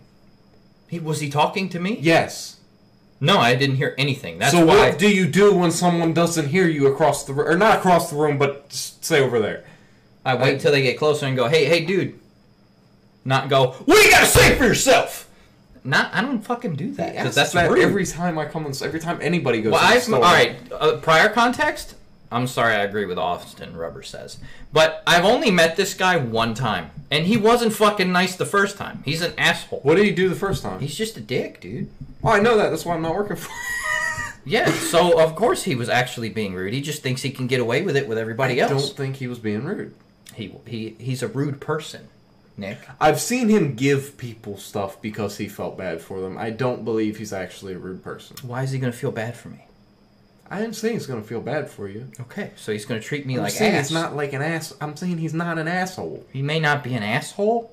He was he talking to me?
Yes.
No, I didn't hear anything. That's
so
why.
what do you do when someone doesn't hear you across the room, or not across the room, but just say over there?
I wait till they get closer and go, hey, hey, dude. Not go, what do you gotta say for yourself? Not, I don't fucking do that because that's
that
rude.
every time I come on, every time anybody goes.
well,
to the
I've
store.
all right. Uh, prior context. I'm sorry, I agree with Austin Rubber says, but I've only met this guy one time, and he wasn't fucking nice the first time. He's an asshole.
What did he do the first time?
He's just a dick, dude.
oh, I know that. That's why I'm not working for.
Yeah. So of course he was actually being rude. He just thinks he can get away with it with everybody
I
else.
don't think he was being rude.
He he he's a rude person, Nick.
I've seen him give people stuff because he felt bad for them. I don't believe he's actually a rude person.
Why is he gonna feel bad for me?
I didn't say he's gonna feel bad for you.
Okay, so he's gonna treat me
I'm
like
saying
ass.
it's not like an ass. I'm saying he's not an asshole.
He may not be an asshole,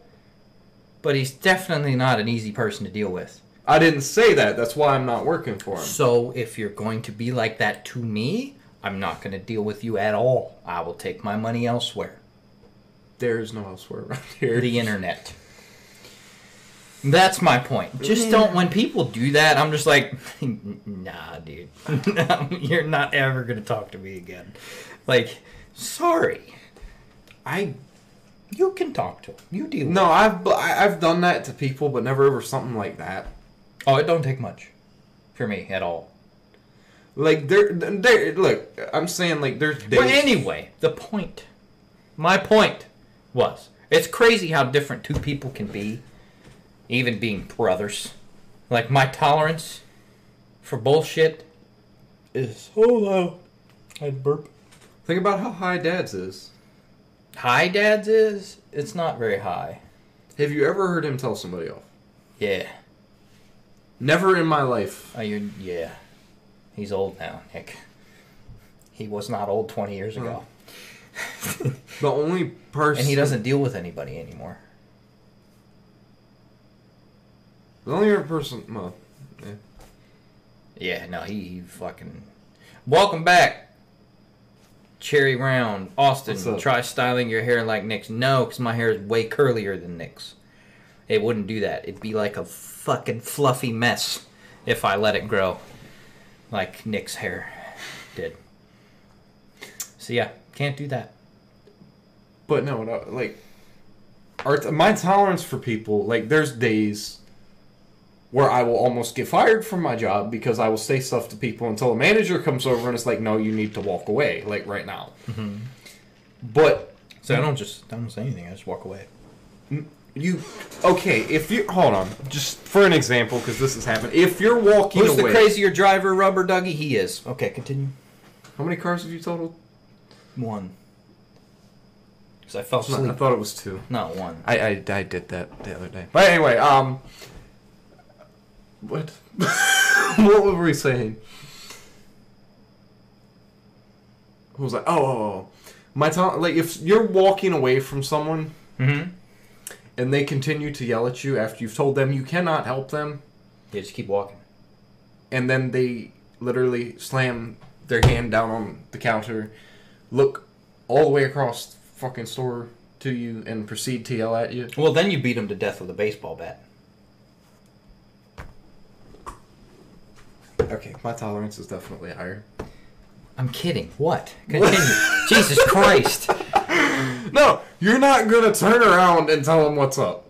but he's definitely not an easy person to deal with.
I didn't say that. That's why I'm not working for him.
So if you're going to be like that to me, I'm not gonna deal with you at all. I will take my money elsewhere.
There is no elsewhere around here.
The internet. That's my point. Just don't. When people do that, I'm just like, nah, dude. You're not ever gonna talk to me again. Like, sorry.
I
You can talk to him. You deal. with
no. I've bu- I- I've done that to people, but never over something like that.
Oh, it don't take much for me at all.
Like there, there. Look, I'm saying like there's days.
But anyway, the point, my point was, it's crazy how different two people can be, even being brothers. Like my tolerance for bullshit is so low. I'd burp.
Think about how high dad's is.
High dad's is it's not very high.
Have you ever heard him tell somebody off?
Yeah.
Never in my life.
Oh, you yeah. He's old now, Nick. He was not old 20 years ago.
The only person
And he doesn't deal with anybody anymore.
The only other person. Well, yeah.
Yeah, no, he, he fucking. Welcome back, Cherry Round.
What's
Austin,
up?
try styling your hair like Nick's. No, because my hair is way curlier than Nick's. It wouldn't do that. It'd be like a fucking fluffy mess if I let it grow like Nick's hair did. So, yeah, can't do that.
But no, no like, our, my tolerance for people, like, there's days where I will almost get fired from my job because I will say stuff to people until a manager comes over and it's like, no, you need to walk away, like right now.
Mm-hmm.
But
So I don't just I don't say anything. I just walk away.
you, okay, if you hold on, just for an example, because this has happened. If you're walking
Who's the
away,
crazier driver, Rubber Dougie? He is. Okay, continue.
how many cars have you totaled?
One. Because I fell
No, I
asleep.
thought it was two.
Not one.
I, I I did that the other day.
But anyway, um, what, what were we saying? Who was like, oh, oh, oh. my time. Like, if you're walking away from someone
Mm-hmm.
and they continue to yell at you after you've told them you cannot help them,
Yeah, just keep walking.
and then they literally slam their hand down on the counter, look all the way across the fucking store to you, and proceed to yell at you.
Well, then you beat him to death with a baseball bat.
Okay, my tolerance is definitely higher.
I'm kidding. What? Continue. Jesus Christ.
No, you're not gonna turn around and tell them what's up.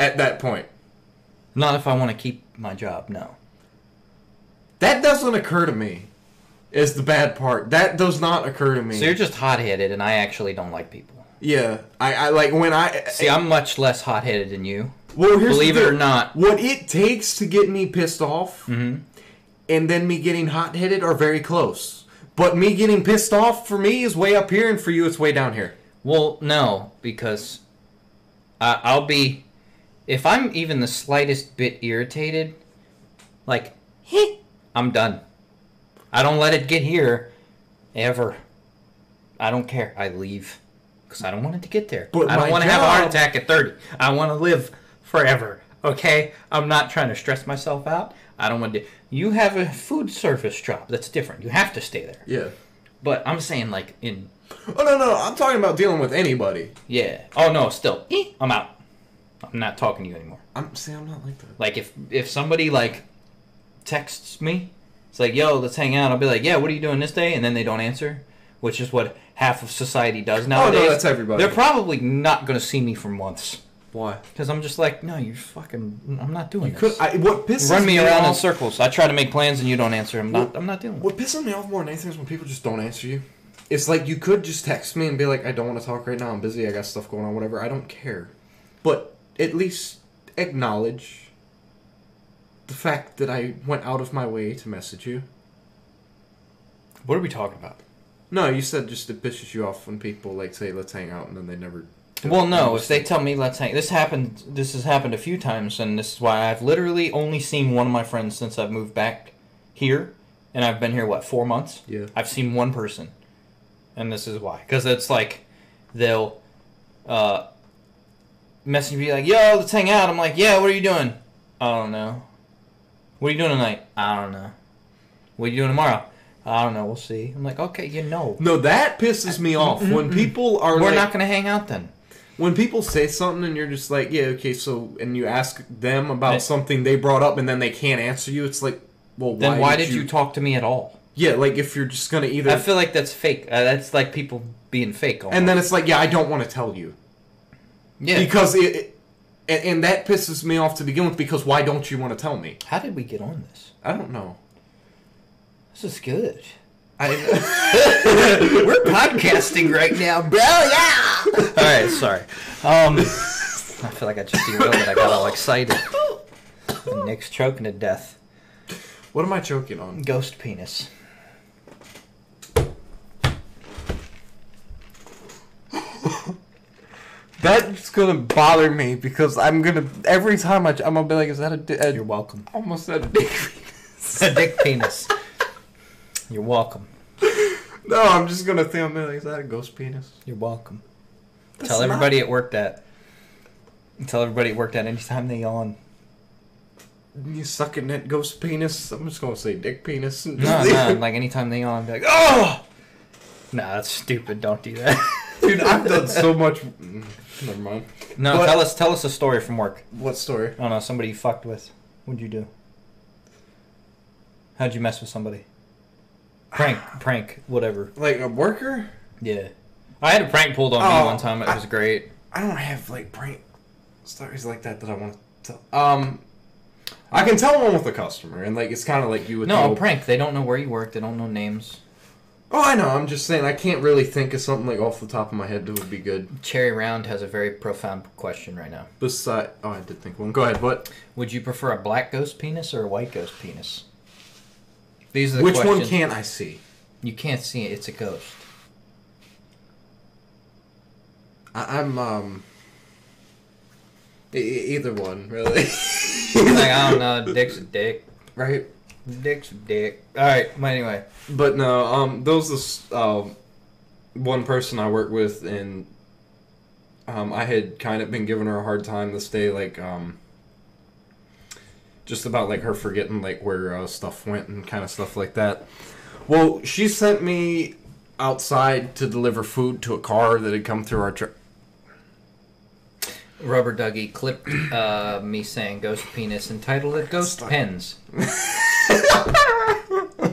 At that point,
Not if I want to keep my job. No.
that doesn't occur to me. Is the bad part that does not occur to me?
So you're just hot-headed, and I actually don't like people.
yeah, I, I like when I
See, I'm much less hot-headed than you.
Well, here's the
Believe it or
deal.
not. Mm-hmm.
what it takes to get me pissed off, and then me getting hot headed are very close. But me getting pissed off for me is way up here, and for you it's way down here.
Well, no, because I, I'll be. If I'm even the slightest bit irritated, like, "Heh," I'm done. I don't let it get here, ever. I don't care. I leave because I don't want it to get there.
But
I don't
my
want to have a heart
job-
attack at 30. I want to live forever. Okay, I'm not trying to stress myself out. I don't want to. You have a food service job. That's different. You have to stay there.
Yeah.
But I'm saying like in
Oh no no! I'm talking about dealing with anybody.
yeah. Oh no, still. Eh, I'm out. I'm not talking to you anymore.
I'm see, I'm not like that.
Like if if somebody like texts me, it's like, "Yo, let's hang out." I'll be like, "Yeah, what are you doing this day?" and then they don't answer, which is what half of society does nowadays.
Oh, that's everybody.
They're probably not going to see me for months
Why?
cuz I'm just like, "No, you're fucking I'm not doing
Could
this."
I? What pisses
Run me around in
off,
circles. I try to make plans and you don't answer. I'm not I'm not doing it.
What pisses me off more than anything is when people just don't answer you. It's like you could just text me and be like, I don't want to talk right now. I'm busy. I got stuff going on. Whatever. I don't care. But at least acknowledge the fact that I went out of my way to message you.
What are we talking about?
No, you said just it pisses you off when people like say let's hang out and then they never. do
Well,
it.
no. If they tell me let's hang, this happened. This has happened a few times, and this is why I've literally only seen one of my friends since I've moved back here, and I've been here what four months.
Yeah.
I've seen one person, and this is why. Because it's like they'll uh, message me like, "Yo, let's hang out." I'm like, "Yeah, what are you doing?" I don't know. What are you doing tonight? I don't know. What are you doing tomorrow? I don't know. We'll see. I'm like, okay, you know,
No, that pisses me off when people are.
we're
like-
not gonna hang out then.
when people say something and you're just like, yeah, okay, so, and you ask them about
Right.
something they brought up and then they can't answer you, it's like, well, why
Then why did you talk to me at all?
Yeah, like if you're just gonna either,
I feel like that's fake. Uh, that's like people being fake. Almost.
and then it's like, yeah, I don't want to tell you
yeah,
because it, it and, and that pisses me off to begin with because why don't you want to tell me?
how did we get on this?
I don't know.
This is good.
I
We're podcasting right now, bro. Yeah. All right, sorry. Um, I feel like I just derailed it. I got all excited. And Nick's choking to death.
what am I choking on?
Ghost penis.
That's gonna bother me because I'm gonna every time I I'm gonna be like, is that a, di- a
You're welcome.
almost said a dick?
A dick penis. You're welcome.
no, I'm just gonna think I'm gonna be like, is that a ghost penis?
You're welcome. Tell everybody at work that. Tell everybody at work that anytime they yawn.
You sucking that ghost penis? I'm just gonna say dick penis.
No, no. Like anytime they yawn, I'm like, oh. Nah, that's stupid. Don't do that.
dude, I've done so much. Mm, Never mind.
no,
But-
tell us, tell us a story from work.
What story?
I don't know somebody you fucked with. What'd you do? How'd you mess with somebody? Prank, prank, whatever.
Like a worker?
Yeah, I had a prank pulled on me
Oh,
one time. It
I-
was great.
I don't have like prank stories like that that I want to tell. Um, I can tell one with a customer, and like it's kind of like you would.
No,
know-
a prank. They don't know where you work. They don't know names.
Oh, I know. I'm just saying. I can't really think of something like off the top of my head that would be good.
Cherry Round has a very profound question right now.
Beside, oh, I did think of one. Go ahead. What?
Would you prefer a black ghost penis or a white ghost penis? These are the
Which
questions.
one can't I see?
You can't see it. It's a ghost.
I, I'm um. e- e- either one, really.
like I don't know. Dick's a dick.
right.
Dick's a dick. All right. Well, anyway,
But no, um, there was this um, one person I worked with, and um, I had kind of been giving her a hard time this day, like um, just about like her forgetting like where uh, stuff went and kind of stuff like that. Well, she sent me outside to deliver food to a car that had come through our. Tr-
Rubber Dougie clipped uh, me saying "ghost penis" and titled it "Ghost Pens." all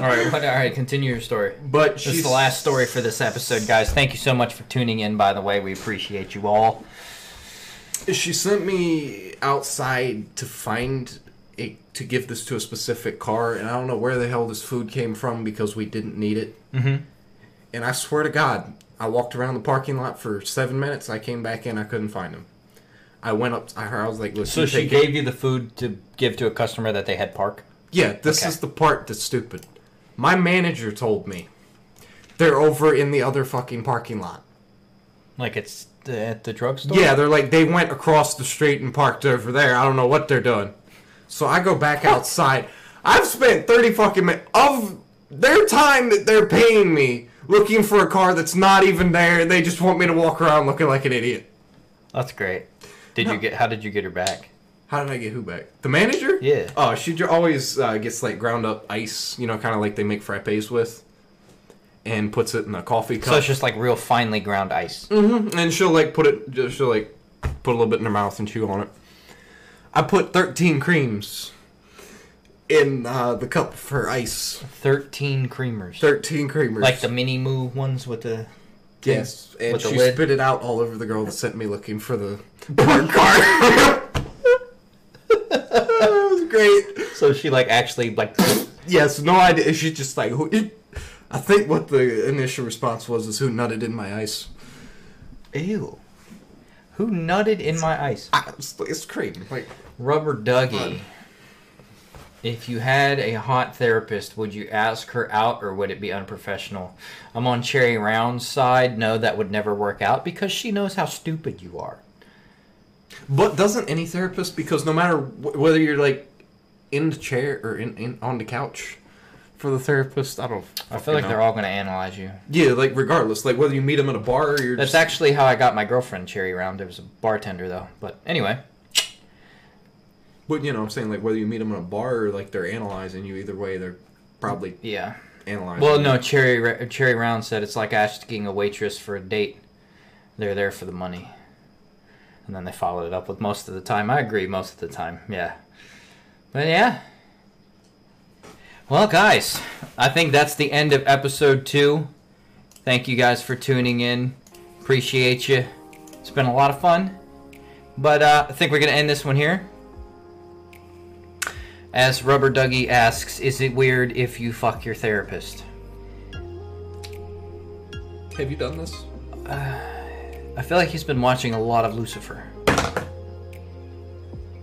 right. What, all right. Continue your story.
but
This
she's
is the last story for this episode, guys. Thank you so much for tuning in. By the way, we appreciate you all.
She sent me outside to find a to give this to a specific car, and I don't know where the hell this food came from because we didn't need it. Mm-hmm. And I swear to God, I walked around the parking lot for seven minutes. I came back in, I couldn't find him. I went up. I, I was like, "Listen,
So
you
she
take it."
gave you the food to give to a customer that they had park.
Yeah, this
Okay.
is the part that's stupid. My manager told me they're over in the other fucking parking lot.
Like it's the, at the drugstore.
Yeah, they're like they went across the street and parked over there. I don't know what they're doing. So I go
Oh.
back outside. I've spent thirty fucking minutes of their time that they're paying me looking for a car that's not even there. They just want me to walk around looking like an idiot.
that's great. Did you
No.
get? How did you get her back?
How did I get who back? The manager?
Yeah.
Oh, she dr- always uh, gets like ground up ice, you know, kind of like they make frappes with, and puts it in a coffee
So
cup.
it's just like real finely ground ice.
and she'll like put it just she'll like put a little bit in her mouth and chew on it i put 13 creams in uh, the cup for ice
Thirteen creamers.
13 creamers
Like the mini moo ones with the.
yes and
with the
she
lid.
spit it out all over the girl that sent me looking for the parked car that was great
So she like actually like.
yes no idea she just like who i think what the initial response was is who nutted in my ice
Ew. Who nutted in my ice?
I, it's, it's cream like
Rubber Dougie.
Bud.
If you had a hot therapist, would you ask her out or would it be unprofessional? I'm on Cherry Round's side. No, that would never work out because she knows how stupid you are.
But doesn't any therapist? Because no matter wh- whether you're like in the chair or in, in on the couch for the therapist, I don't.
I feel like they're all going to analyze you.
yeah, like regardless, like whether you meet them at a bar or you're
That's
just,
actually how I got my girlfriend Cherry Round. There was a bartender though, but anyway.
but you know, I'm saying like whether you meet them at a bar or like they're analyzing you. Either way, they're probably
Yeah.
analyzing.
Well,
you.
no, Cherry Ra- Cherry Round said it's like asking a waitress for a date. They're there for the money. And then they followed it up with most of the time. I agree, most of the time. Yeah. But yeah. Well, guys, I think that's the end of episode two. Thank you guys for tuning in. Appreciate you. It's been a lot of fun. But uh, I think we're going to end this one here. As Rubber Dougie asks, is it weird if you fuck your therapist?
Have you done this?
I feel like he's been watching a lot of Lucifer.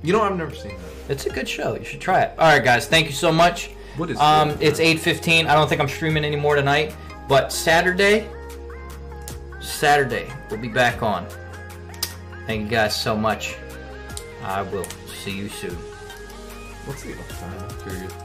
You know, I've never seen that.
It's a good show. You should try it. All right, guys. Thank you so much.
What is
Um,
Lucifer?
it's eight fifteen. I don't think I'm streaming anymore tonight, but Saturday, Saturday we'll be back on. Thank you guys so much. I will see you soon.
What's the time period?